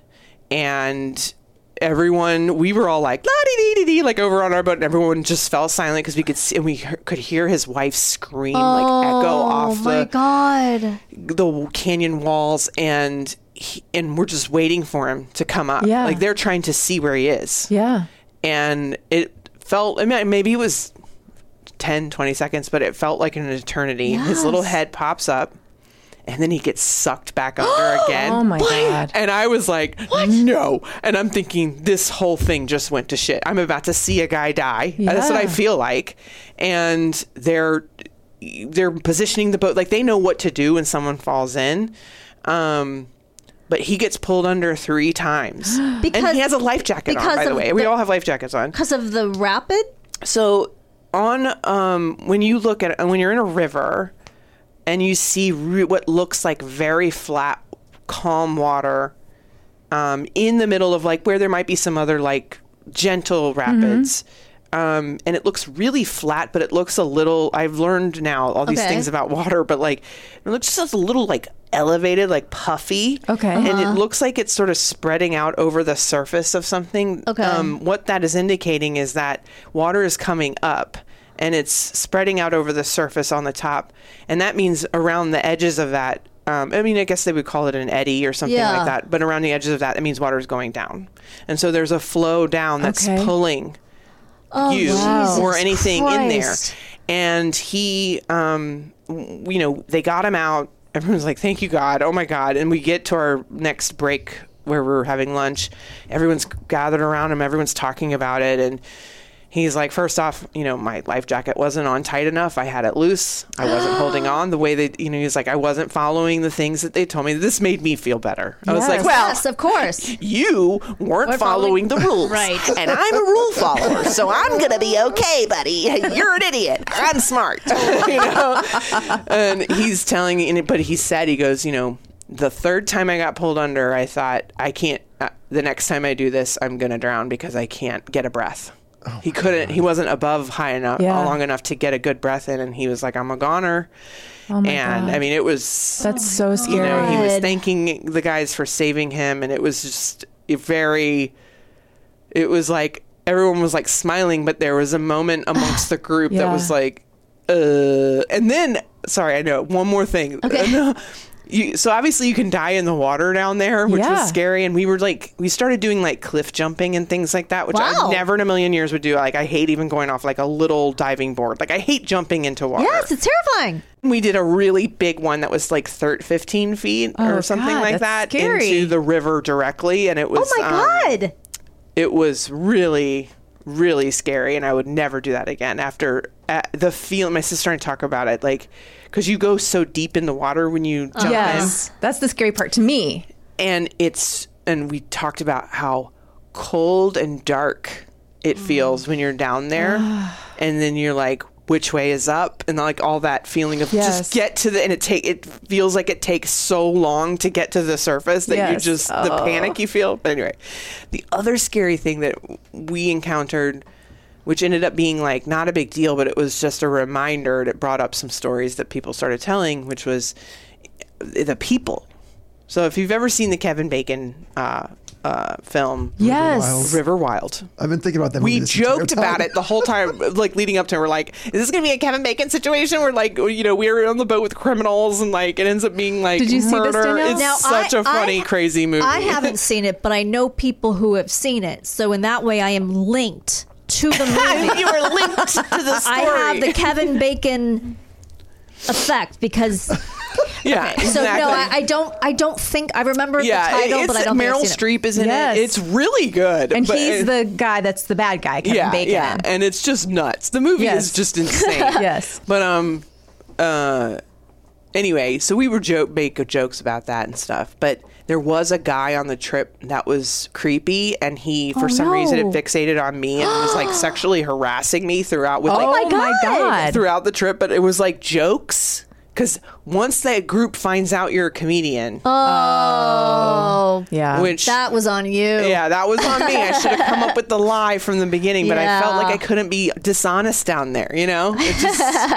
Speaker 6: and everyone we were all like la dee dee dee dee like over on our boat and everyone just fell silent because we could see and we he- could hear his wife's scream like echo
Speaker 2: Oh
Speaker 6: off
Speaker 2: my
Speaker 6: the
Speaker 2: god.
Speaker 6: the canyon walls and he, and we're just waiting for him to come up
Speaker 3: Yeah.
Speaker 6: like they're trying to see where he is
Speaker 3: Yeah.
Speaker 6: and it felt i mean maybe it was 10 20 seconds but it felt like an eternity his little head pops up and then he gets sucked back
Speaker 3: [GASPS]
Speaker 6: under again
Speaker 3: Oh my god.
Speaker 6: and I was like, no. And I'm thinking, this whole thing just went to shit. I'm about to see a guy die. That's what I
Speaker 3: Yeah.
Speaker 6: feel like. And they're they're positioning the boat like they know what to do when someone falls in. Um but he gets pulled under three
Speaker 2: [GASPS]
Speaker 6: times. and
Speaker 2: Because-
Speaker 6: he has a life jacket on,
Speaker 2: because
Speaker 6: by the
Speaker 2: of
Speaker 6: way. we
Speaker 2: the-
Speaker 6: all have life jackets on.
Speaker 2: Because of the rapid?
Speaker 6: So on um, when you look at when you're in a river and you see re- what looks like very flat, calm water um, in the middle of like where there might be some other like gentle rapids. Um, and it looks really flat, but it looks a little. I've learned now all these
Speaker 2: Okay.
Speaker 6: things about water, but like it looks just a little like elevated, like puffy.
Speaker 3: Okay.
Speaker 6: And it looks like it's sort of spreading out over the surface of something.
Speaker 2: Okay.
Speaker 6: Um, what that is indicating is that water is coming up and it's spreading out over the surface on the top. And that means around the edges of that. Um, I mean, I guess they would call it an eddy or something
Speaker 2: Yeah.
Speaker 6: like that. But around the edges of that, that means water is going down. And so there's a flow down that's
Speaker 3: Okay.
Speaker 6: pulling you
Speaker 2: wow.
Speaker 6: or
Speaker 2: Oh, Jesus
Speaker 6: anything in there.
Speaker 2: Christ.
Speaker 6: And he, um, w- you know, they got him out. Everyone's like, thank you, God. Oh my God. And we get to our next break where we're having lunch. Everyone's gathered around him, everyone's talking about it. And he's like, first off, you know, my life jacket wasn't on tight enough. I had it loose. I
Speaker 2: [GASPS]
Speaker 6: wasn't holding on the way they, you know, he's like, I wasn't following the things that they told me. This made me feel better. I was like,
Speaker 3: Yes.
Speaker 6: well,
Speaker 2: Yes, of course.
Speaker 6: you weren't following,
Speaker 2: following-
Speaker 6: the rules.
Speaker 2: [LAUGHS] Right.
Speaker 6: And I'm a rule follower, so I'm going to be okay, buddy. You're an idiot. I'm smart. you know? And he's telling me, and- but he said, he goes, you know, the third time I got pulled under, I thought, I can't, uh, the next time I do this, I'm going to drown because I can't get a breath. he couldn't, he wasn't above high enough,
Speaker 3: Yeah.
Speaker 6: long enough to get a good breath in. And he was like, I'm a goner. and I mean, it was
Speaker 3: Oh That's so
Speaker 6: you
Speaker 3: scary.
Speaker 6: know, he was
Speaker 2: God.
Speaker 6: thanking the guys for saving him, and it was just a very. It was like everyone was like smiling, but there was a moment amongst the group that
Speaker 3: Yeah.
Speaker 6: was like, uh. And then, sorry, I know one more thing. [LAUGHS] Okay. You, so obviously you can die in the water down there, which
Speaker 3: Yeah.
Speaker 6: was scary. And we were like, we started doing like cliff jumping and things like that, which
Speaker 2: Wow.
Speaker 6: I never in a million years would do. Like I hate even going off like a little diving board. Like I hate jumping into water.
Speaker 2: [LAUGHS] Yes, it's terrifying.
Speaker 6: We did a really big one that was like thir 15 feet or
Speaker 3: Oh,
Speaker 6: something
Speaker 3: God,
Speaker 6: like that
Speaker 3: that's scary.
Speaker 6: into the river directly. And it was,
Speaker 2: Oh my
Speaker 6: um,
Speaker 2: god.
Speaker 6: it was really, really scary. And I would never do that again after uh, the feel. My sister and I talk about it, like, because you go so deep in the water when you jump
Speaker 3: yes. That's the scary part to me.
Speaker 6: in. And it's, and we talked about how cold and dark it
Speaker 3: Mm.
Speaker 6: feels when you're down
Speaker 3: [SIGHS]
Speaker 6: there. and then you're like, which way is up and like all that feeling of
Speaker 3: Yes.
Speaker 6: just get to the and it take it feels like it takes so long to get to the surface that you
Speaker 3: Yes. Oh.
Speaker 6: just the panic you feel but anyway the other scary thing that we encountered which ended up being like not a big deal but it was just a reminder and it brought up some stories that people started telling which was the people So if you've ever seen the Kevin Bacon uh, uh, film,
Speaker 3: Yes. Wild.
Speaker 6: River Wild.
Speaker 5: I've been thinking about that.
Speaker 6: We
Speaker 5: movie this entire
Speaker 6: joked about
Speaker 5: time.
Speaker 6: it the whole time, [LAUGHS] like leading up to. it. We're like, is this gonna be a Kevin Bacon situation? Where like, you know, we were on the boat with criminals, and like, it ends up being like
Speaker 3: Did you see this,
Speaker 6: murder.
Speaker 3: Danielle?
Speaker 6: it's
Speaker 2: Now,
Speaker 6: such
Speaker 2: I-
Speaker 6: a funny,
Speaker 2: I-
Speaker 6: crazy movie.
Speaker 2: I [LAUGHS]
Speaker 6: [LAUGHS]
Speaker 2: haven't seen it, but I know people who have seen it. So in that way, I am linked to the [LAUGHS] movie.
Speaker 6: you were linked to the story.
Speaker 2: I have
Speaker 6: [LAUGHS]
Speaker 2: the Kevin Bacon effect because
Speaker 6: yeah.
Speaker 2: so no,
Speaker 6: exactly.
Speaker 2: I, I don't. I don't think I remember
Speaker 6: yeah,
Speaker 2: the title,
Speaker 6: it's
Speaker 2: but I
Speaker 6: Meryl
Speaker 2: don't. think I've seen It.
Speaker 6: Streep is in
Speaker 3: Yes.
Speaker 6: it. It's really good,
Speaker 3: And
Speaker 6: but- uh,
Speaker 3: he's the guy that's the bad guy, Kevin
Speaker 6: yeah,
Speaker 3: Bacon.
Speaker 6: yeah, and it's just nuts. The movie
Speaker 3: Yes.
Speaker 6: is just insane.
Speaker 3: [LAUGHS] Yes.
Speaker 6: but um, uh, anyway, so we were joke make jokes about that and stuff. But there was a guy on the trip that was creepy, and he for some reason it
Speaker 3: Oh, no.
Speaker 6: fixated on me and was like sexually harassing me throughout with
Speaker 3: Oh
Speaker 6: like
Speaker 3: my God.
Speaker 6: throughout the trip. But it was like jokes. Because once that group finds out you're a comedian,
Speaker 3: Uh,
Speaker 2: Oh,
Speaker 3: Yeah.
Speaker 6: which
Speaker 2: that was on you.
Speaker 6: yeah, that was on me. I should have come up with the lie from the beginning, but I felt
Speaker 2: Yeah.
Speaker 6: like I couldn't be dishonest down there, you know? It [LAUGHS]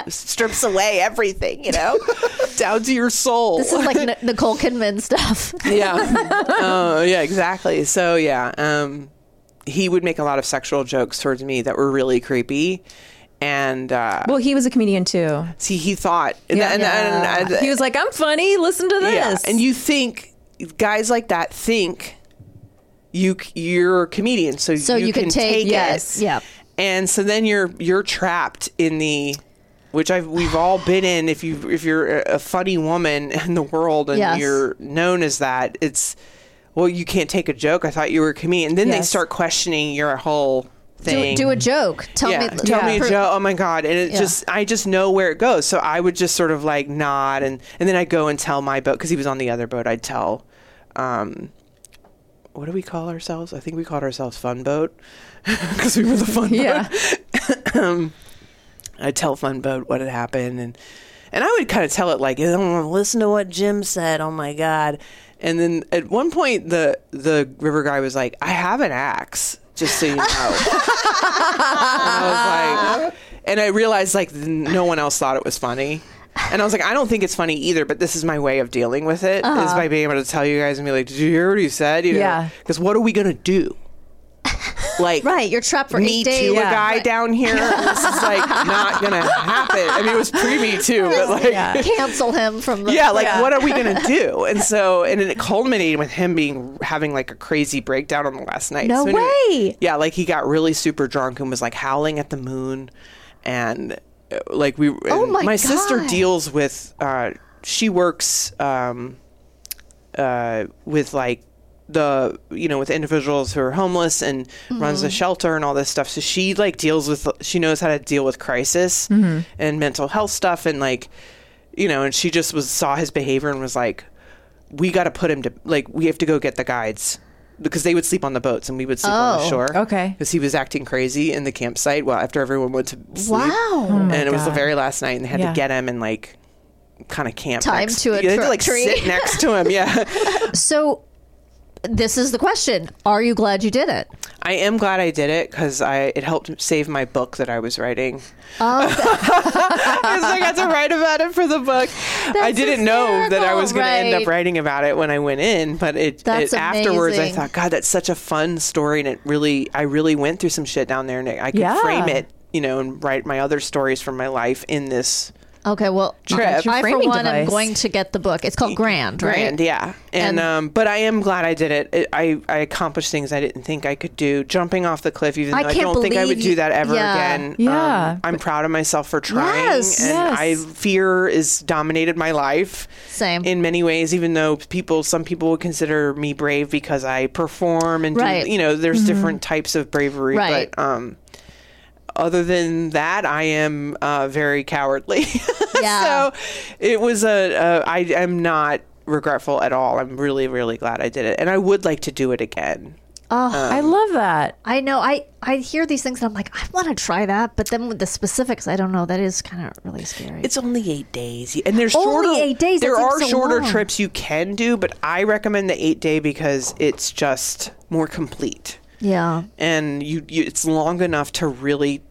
Speaker 6: just strips away everything, you know? [LAUGHS] down to your soul.
Speaker 2: This is like N- Nicole Kidman stuff.
Speaker 6: [LAUGHS]
Speaker 2: [LAUGHS]
Speaker 6: yeah. Uh, yeah, exactly. So, yeah, um, he would make a lot of sexual jokes towards me that were really creepy. And uh,
Speaker 3: Well, he was a comedian too.
Speaker 6: see, he thought, and, and, and, and-
Speaker 3: he was like, "I'm funny. Listen to this."
Speaker 6: and you think guys like that think you c- you're a comedian, so,
Speaker 2: So you,
Speaker 6: can, take,
Speaker 2: yes,
Speaker 6: it.
Speaker 2: yeah.
Speaker 6: And so then you're you're trapped in the which I've we've all been in if you if you're a a funny woman [LAUGHS] in the world and
Speaker 2: Yes.
Speaker 6: you're known as that, it's well, you can't take a joke. I thought you were a comedian. And then they
Speaker 3: Yes.
Speaker 6: start questioning your whole
Speaker 2: Do,
Speaker 6: thing.
Speaker 2: do a joke. Tell
Speaker 6: yeah,
Speaker 2: me.
Speaker 6: tell me a
Speaker 2: pro- [LAUGHS]
Speaker 6: joke. Oh my god! And it
Speaker 2: Yeah.
Speaker 6: just, I just know where it goes. So I would just sort of like nod, and and then I go and tell my boat because he was on the other boat. I'd tell, um, what do we call ourselves? I think we called ourselves Fun Boat [LAUGHS] because we were the Fun [LAUGHS]
Speaker 3: Yeah.
Speaker 6: Boat. I tell Fun Boat what had happened, and and I would kind of tell it like, oh, listen to what Jim said. Oh my god! And then at one point, the the river guy was like, I have an axe, just so you know. [LAUGHS] and I was like, and I realized like no one else thought it was funny. And I was like, I don't think it's funny either, but this is my way of dealing with it is by being able to tell you guys and be like, did you hear what he said? You
Speaker 3: Yeah.
Speaker 6: Because what are we gonna do? Like,
Speaker 2: Right, you're trapped for
Speaker 6: me
Speaker 2: eight days.
Speaker 6: too a
Speaker 2: Yeah.
Speaker 6: guy down
Speaker 2: [LAUGHS]
Speaker 6: here. this is like not gonna happen. I mean, it was pre me too, but like. [LAUGHS] Yeah.
Speaker 2: Cancel him from the.
Speaker 6: like what are we gonna do? And so, and then it culminated with him being having like a crazy breakdown on the last night.
Speaker 2: No
Speaker 6: So anyway-
Speaker 2: way.
Speaker 6: Yeah, like he got really super drunk and was like howling at the moon, and uh, like we. and
Speaker 2: Oh my
Speaker 6: sister
Speaker 2: God.
Speaker 6: deals with. Uh, she works um, uh, with like the you know with individuals who are homeless and
Speaker 2: Mm-hmm.
Speaker 6: runs a shelter and all this stuff so she like deals with she knows how to deal with crisis
Speaker 2: Mm-hmm.
Speaker 6: and mental health stuff and like you know and she just was saw his behavior and was like we got to put him to like we have to go get the guides because they would sleep on the boats and we would sleep on the
Speaker 2: Oh,
Speaker 6: shore
Speaker 3: okay.
Speaker 6: because he was acting crazy in the campsite well after everyone went to sleep
Speaker 2: Wow. Oh
Speaker 6: and it was the
Speaker 3: God.
Speaker 6: very last night and they had
Speaker 3: Yeah.
Speaker 6: to get him and like kind of camp
Speaker 2: Tie him
Speaker 6: next-
Speaker 2: to
Speaker 6: yeah,
Speaker 2: a
Speaker 6: they had
Speaker 2: tr-
Speaker 6: to like
Speaker 2: tree.
Speaker 6: sit next to
Speaker 2: [LAUGHS]
Speaker 6: him yeah
Speaker 2: So, this is the question: Are you glad you did it?
Speaker 6: I am glad I did it because I it helped save my book that I was writing. [LAUGHS] Oh, I got to write about it for the book. I didn't know that I was going to end up
Speaker 2: hysterical, right.
Speaker 6: writing about it when I went in, but it,
Speaker 2: That's
Speaker 6: it afterwards I
Speaker 2: amazing.
Speaker 6: thought, God, that's such a fun story, and it really I really went through some shit down there, and I could
Speaker 3: Yeah.
Speaker 6: frame it, you know, and write my other stories from my life in this
Speaker 2: Okay, well,
Speaker 6: Trip.
Speaker 2: I for
Speaker 3: Framing
Speaker 2: one am
Speaker 3: device.
Speaker 2: going to get the book. It's called Grand, right?
Speaker 6: brand, yeah. And,
Speaker 2: And-
Speaker 6: um, but I am glad I did it. it. I I accomplished things I didn't think I could do. Jumping off the cliff, even though
Speaker 2: I
Speaker 6: I,
Speaker 2: can't
Speaker 6: don't think I would
Speaker 2: believe
Speaker 6: do
Speaker 2: you-
Speaker 6: that ever
Speaker 2: yeah.
Speaker 6: again. um,
Speaker 3: Yeah.
Speaker 6: I'm proud of myself for trying.
Speaker 2: Yes.
Speaker 6: and
Speaker 3: Yes.
Speaker 6: I fear is dominated my life.
Speaker 2: Same.
Speaker 6: in many ways. Even though people, some people would consider me brave because I perform and
Speaker 2: Right. Mm-hmm.
Speaker 6: do, you know, there's different types of bravery.
Speaker 2: Right.
Speaker 6: But um, other than that, I am uh, very cowardly. [LAUGHS]
Speaker 2: Yeah.
Speaker 6: so it was a. a I am not regretful at all. I'm really, really glad I did it, and I would like to do it again.
Speaker 3: I
Speaker 6: [LAUGHS]
Speaker 3: love that.
Speaker 2: I know. I I hear these things and I'm like, I want to try that, but then with the specifics, I don't know. That is kind of really scary.
Speaker 6: It's only eight days, and there's
Speaker 2: Only
Speaker 6: shorter.
Speaker 2: eight days? That
Speaker 6: There
Speaker 2: seems
Speaker 6: are
Speaker 2: so
Speaker 6: shorter
Speaker 2: long.
Speaker 6: trips you can do, but I recommend the eight day because it's just more complete,
Speaker 2: yeah.
Speaker 6: and you, you it's long enough to really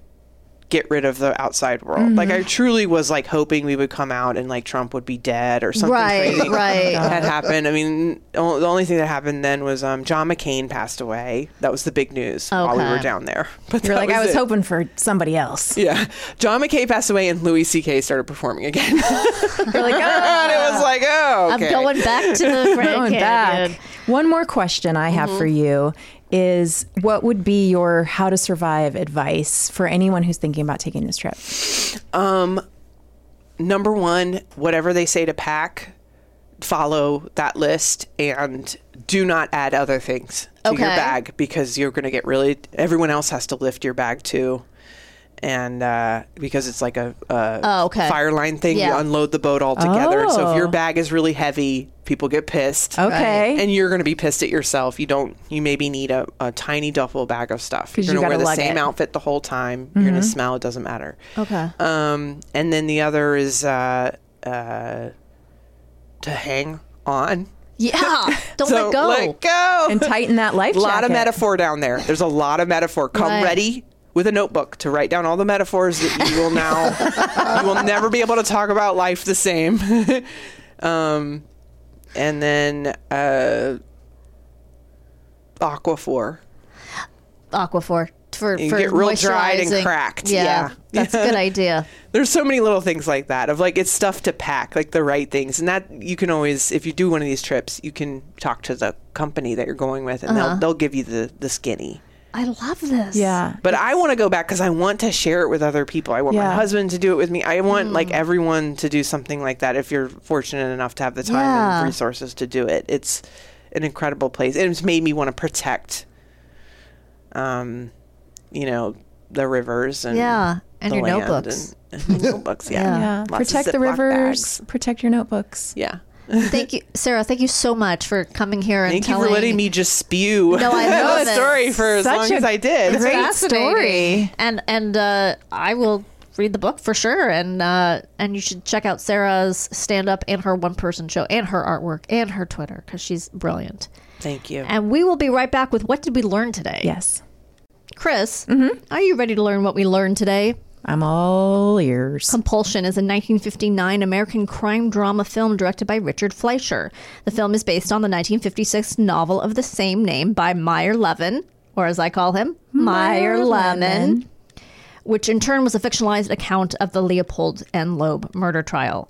Speaker 6: get rid of the outside world. Like
Speaker 2: Mm-hmm.
Speaker 6: I truly was like hoping we would come out and like Trump would be dead or something
Speaker 2: Right,
Speaker 6: crazy
Speaker 2: right.
Speaker 3: Oh
Speaker 6: had happened. I mean, o- the only thing that happened then was um, John McCain passed away. That was the big news while we
Speaker 2: Okay.
Speaker 6: were down there. [LAUGHS] But
Speaker 3: You're
Speaker 6: that
Speaker 3: like, I was
Speaker 6: it.
Speaker 3: hoping for somebody else.
Speaker 6: Yeah, John McCain passed away, and Louis C.K. started performing again. [LAUGHS]
Speaker 3: You're like, "Ah."
Speaker 6: and it was like, oh, okay.
Speaker 2: I'm going back to
Speaker 3: [LAUGHS]
Speaker 2: the Grand
Speaker 3: Going
Speaker 2: Canyon.
Speaker 3: back. One more question I have for
Speaker 6: Mm-hmm.
Speaker 3: you is what would be your how to survive advice for anyone who's thinking about taking this trip?
Speaker 6: number one, whatever they say to pack, follow that list and do not add other things to your
Speaker 2: Okay.
Speaker 6: bag because you're going to get really, everyone else has to lift your bag too. And uh, because it's like a, a
Speaker 2: Oh, okay.
Speaker 6: fire line thing,
Speaker 2: Yeah.
Speaker 6: you unload the boat all together. So if your bag is really heavy, people get pissed.
Speaker 3: Okay.
Speaker 6: And you're going to be pissed at yourself. You don't, you maybe need a, a tiny duffel bag of stuff. You're
Speaker 3: you
Speaker 6: going to
Speaker 3: gotta
Speaker 6: wear the
Speaker 3: lug
Speaker 6: same
Speaker 3: it.
Speaker 6: outfit the whole time. You're going to smell, it doesn't matter. [LAUGHS]
Speaker 2: Okay.
Speaker 6: Um, and then the other is uh, uh, to hang on. [LAUGHS]
Speaker 2: Yeah. Don't
Speaker 6: So
Speaker 2: let go.
Speaker 6: Let go.
Speaker 3: And tighten that life
Speaker 6: A lot of
Speaker 3: jacket.
Speaker 6: metaphor down there. There's a lot of metaphor. Come
Speaker 2: Right.
Speaker 6: ready with a notebook to write down all the metaphors that you will now you will never be able to talk about life the same. [LAUGHS] um, and then uh, aquaphor.
Speaker 2: Aquaphor. For,
Speaker 6: You
Speaker 2: for
Speaker 6: get real dried and
Speaker 2: moisturizing.
Speaker 6: cracked.
Speaker 2: Yeah,
Speaker 6: Yeah.
Speaker 2: that's a good idea.
Speaker 6: there's so many little things like that of like it's stuff to pack like the right things and that you can always if you do one of these trips you can talk to the company that you're going with and they'll, they'll give you the the skinny
Speaker 2: I love this.
Speaker 3: Yeah.
Speaker 6: but i want to go back because i want to share it with other people i want
Speaker 3: Yeah.
Speaker 6: my husband to do it with me i want like
Speaker 2: Mm.
Speaker 6: everyone to do something like that if you're fortunate enough to have the time
Speaker 2: Yeah.
Speaker 6: and resources to do it it's an incredible place and it's made me want to protect um you know the rivers and
Speaker 2: Yeah, and
Speaker 6: the
Speaker 2: your
Speaker 6: land
Speaker 2: notebooks.
Speaker 6: and, and notebooks
Speaker 2: [LAUGHS]
Speaker 6: yeah,
Speaker 3: Yeah.
Speaker 6: Lots of
Speaker 3: protect the
Speaker 6: Ziploc
Speaker 3: rivers,
Speaker 6: bags.
Speaker 3: protect your notebooks.
Speaker 6: Yeah.
Speaker 2: Thank you, Sarah. Thank you so much for coming here and
Speaker 6: Thank you
Speaker 2: telling
Speaker 6: for letting me just spew
Speaker 2: No,
Speaker 6: [LAUGHS]
Speaker 2: I love
Speaker 6: the
Speaker 2: it.
Speaker 6: story for as
Speaker 3: Such
Speaker 6: long
Speaker 3: a
Speaker 6: as I did.
Speaker 3: great
Speaker 2: Fascinating.
Speaker 3: story.
Speaker 2: And and uh, I will read the book for sure. And uh, and you should check out Sarah's stand up and her one person show and her artwork and her Twitter because she's brilliant.
Speaker 6: Thank you.
Speaker 2: And we will be right back with what did we learn today?
Speaker 3: Yes.
Speaker 2: Chris, are you ready to learn what we learned today?
Speaker 3: I'm all ears.
Speaker 2: Compulsion is a 1959 American crime drama film directed by Richard Fleischer. The film is based on the 1956 novel of the same name by Meyer Levin, or as I call him, Meyer, Levin, which in turn was a fictionalized account of the Leopold and Loeb murder trial.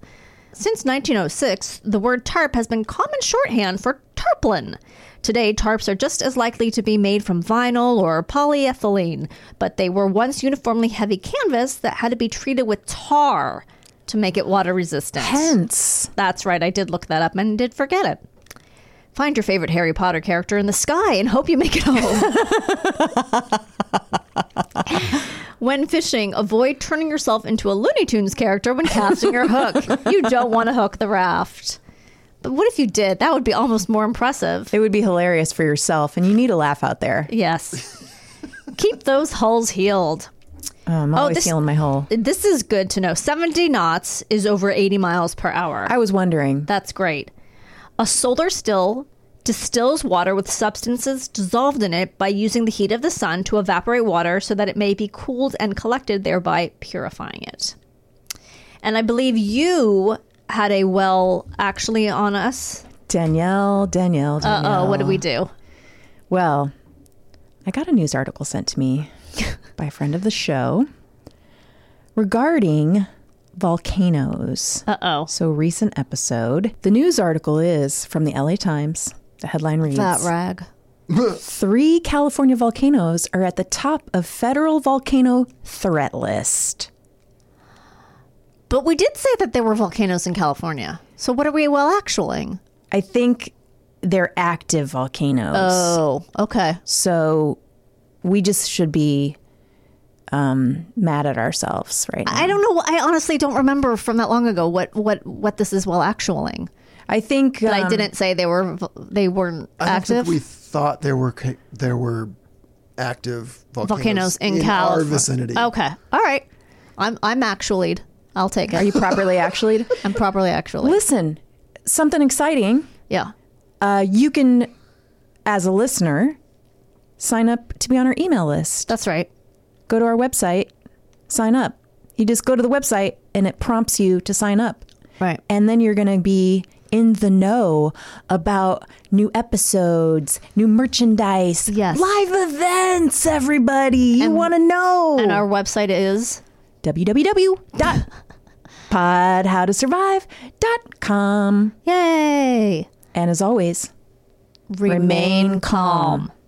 Speaker 2: Since 1906, the word tarp has been common shorthand for tarpaulin. Today, tarps are just as likely to be made from vinyl or polyethylene, but they were once uniformly heavy canvas that had to be treated with tar to make it water resistant.
Speaker 3: Hence,
Speaker 2: That's right, I did look that up and did forget it. Find your favorite Harry Potter character in the sky and hope you make it home. when fishing, avoid turning yourself into a Looney Tunes character when casting your hook. You don't want to hook the raft. But what if you did? That would be almost more impressive.
Speaker 3: it would be hilarious for yourself, and you need a laugh out there.
Speaker 2: Yes. Keep those hulls healed.
Speaker 3: Oh, I'm always
Speaker 2: this-
Speaker 3: feeling my hole.
Speaker 2: This is good to know. 70 knots is over 80 miles per hour.
Speaker 3: I was wondering.
Speaker 2: That's great. A solar still distills water with substances dissolved in it by using the heat of the sun to evaporate water so that it may be cooled and collected, thereby purifying it. And I believe you had a well actually on us.
Speaker 3: Danielle, Danielle,
Speaker 2: Uh
Speaker 3: Danielle.
Speaker 2: oh, what did we do?
Speaker 3: Well, I got a news article sent to
Speaker 2: [LAUGHS]
Speaker 3: me by a friend of the show regarding volcanoes.
Speaker 2: Uh oh.
Speaker 3: So, recent episode. The news article is from the LA Times. The headline reads
Speaker 2: That rag.
Speaker 3: Three California volcanoes are at the top of federal volcano threat list.
Speaker 2: But we did say that there were volcanoes in California. So what are we well actualing?
Speaker 3: I think they're active volcanoes.
Speaker 2: Oh, okay.
Speaker 3: So, we just should be um, mad at ourselves right now.
Speaker 2: I don't know. I honestly don't remember from that long ago what what what this is well actualing.
Speaker 3: I think
Speaker 2: But I
Speaker 3: um,
Speaker 2: didn't say they were they weren't
Speaker 5: I don't
Speaker 2: active.
Speaker 5: think we thought there were ca- there were active volcanoes,
Speaker 2: Volcanoes in, Oh,
Speaker 5: our
Speaker 2: California.
Speaker 5: vicinity.
Speaker 2: Okay, all right. I'm I'm actually. I'll take
Speaker 3: [LAUGHS]
Speaker 2: it.
Speaker 3: Are you properly
Speaker 2: [LAUGHS]
Speaker 3: actually?
Speaker 2: I'm properly actually.
Speaker 3: Listen, something exciting.
Speaker 2: Yeah.
Speaker 3: Uh, you can, as a listener, sign up to be on our email list.
Speaker 2: That's right.
Speaker 3: Go to our website, sign up. You just go to the website and it prompts you to sign up.
Speaker 2: Right.
Speaker 3: And then you're going to be in the know about new episodes, new merchandise,
Speaker 2: Yes.
Speaker 3: live events, everybody. You
Speaker 2: And-
Speaker 3: want to know.
Speaker 2: And our website is
Speaker 3: www.podhowtosurvive.com.
Speaker 2: yay.
Speaker 3: And as always,
Speaker 2: Remain,
Speaker 3: Remain calm.
Speaker 2: calm.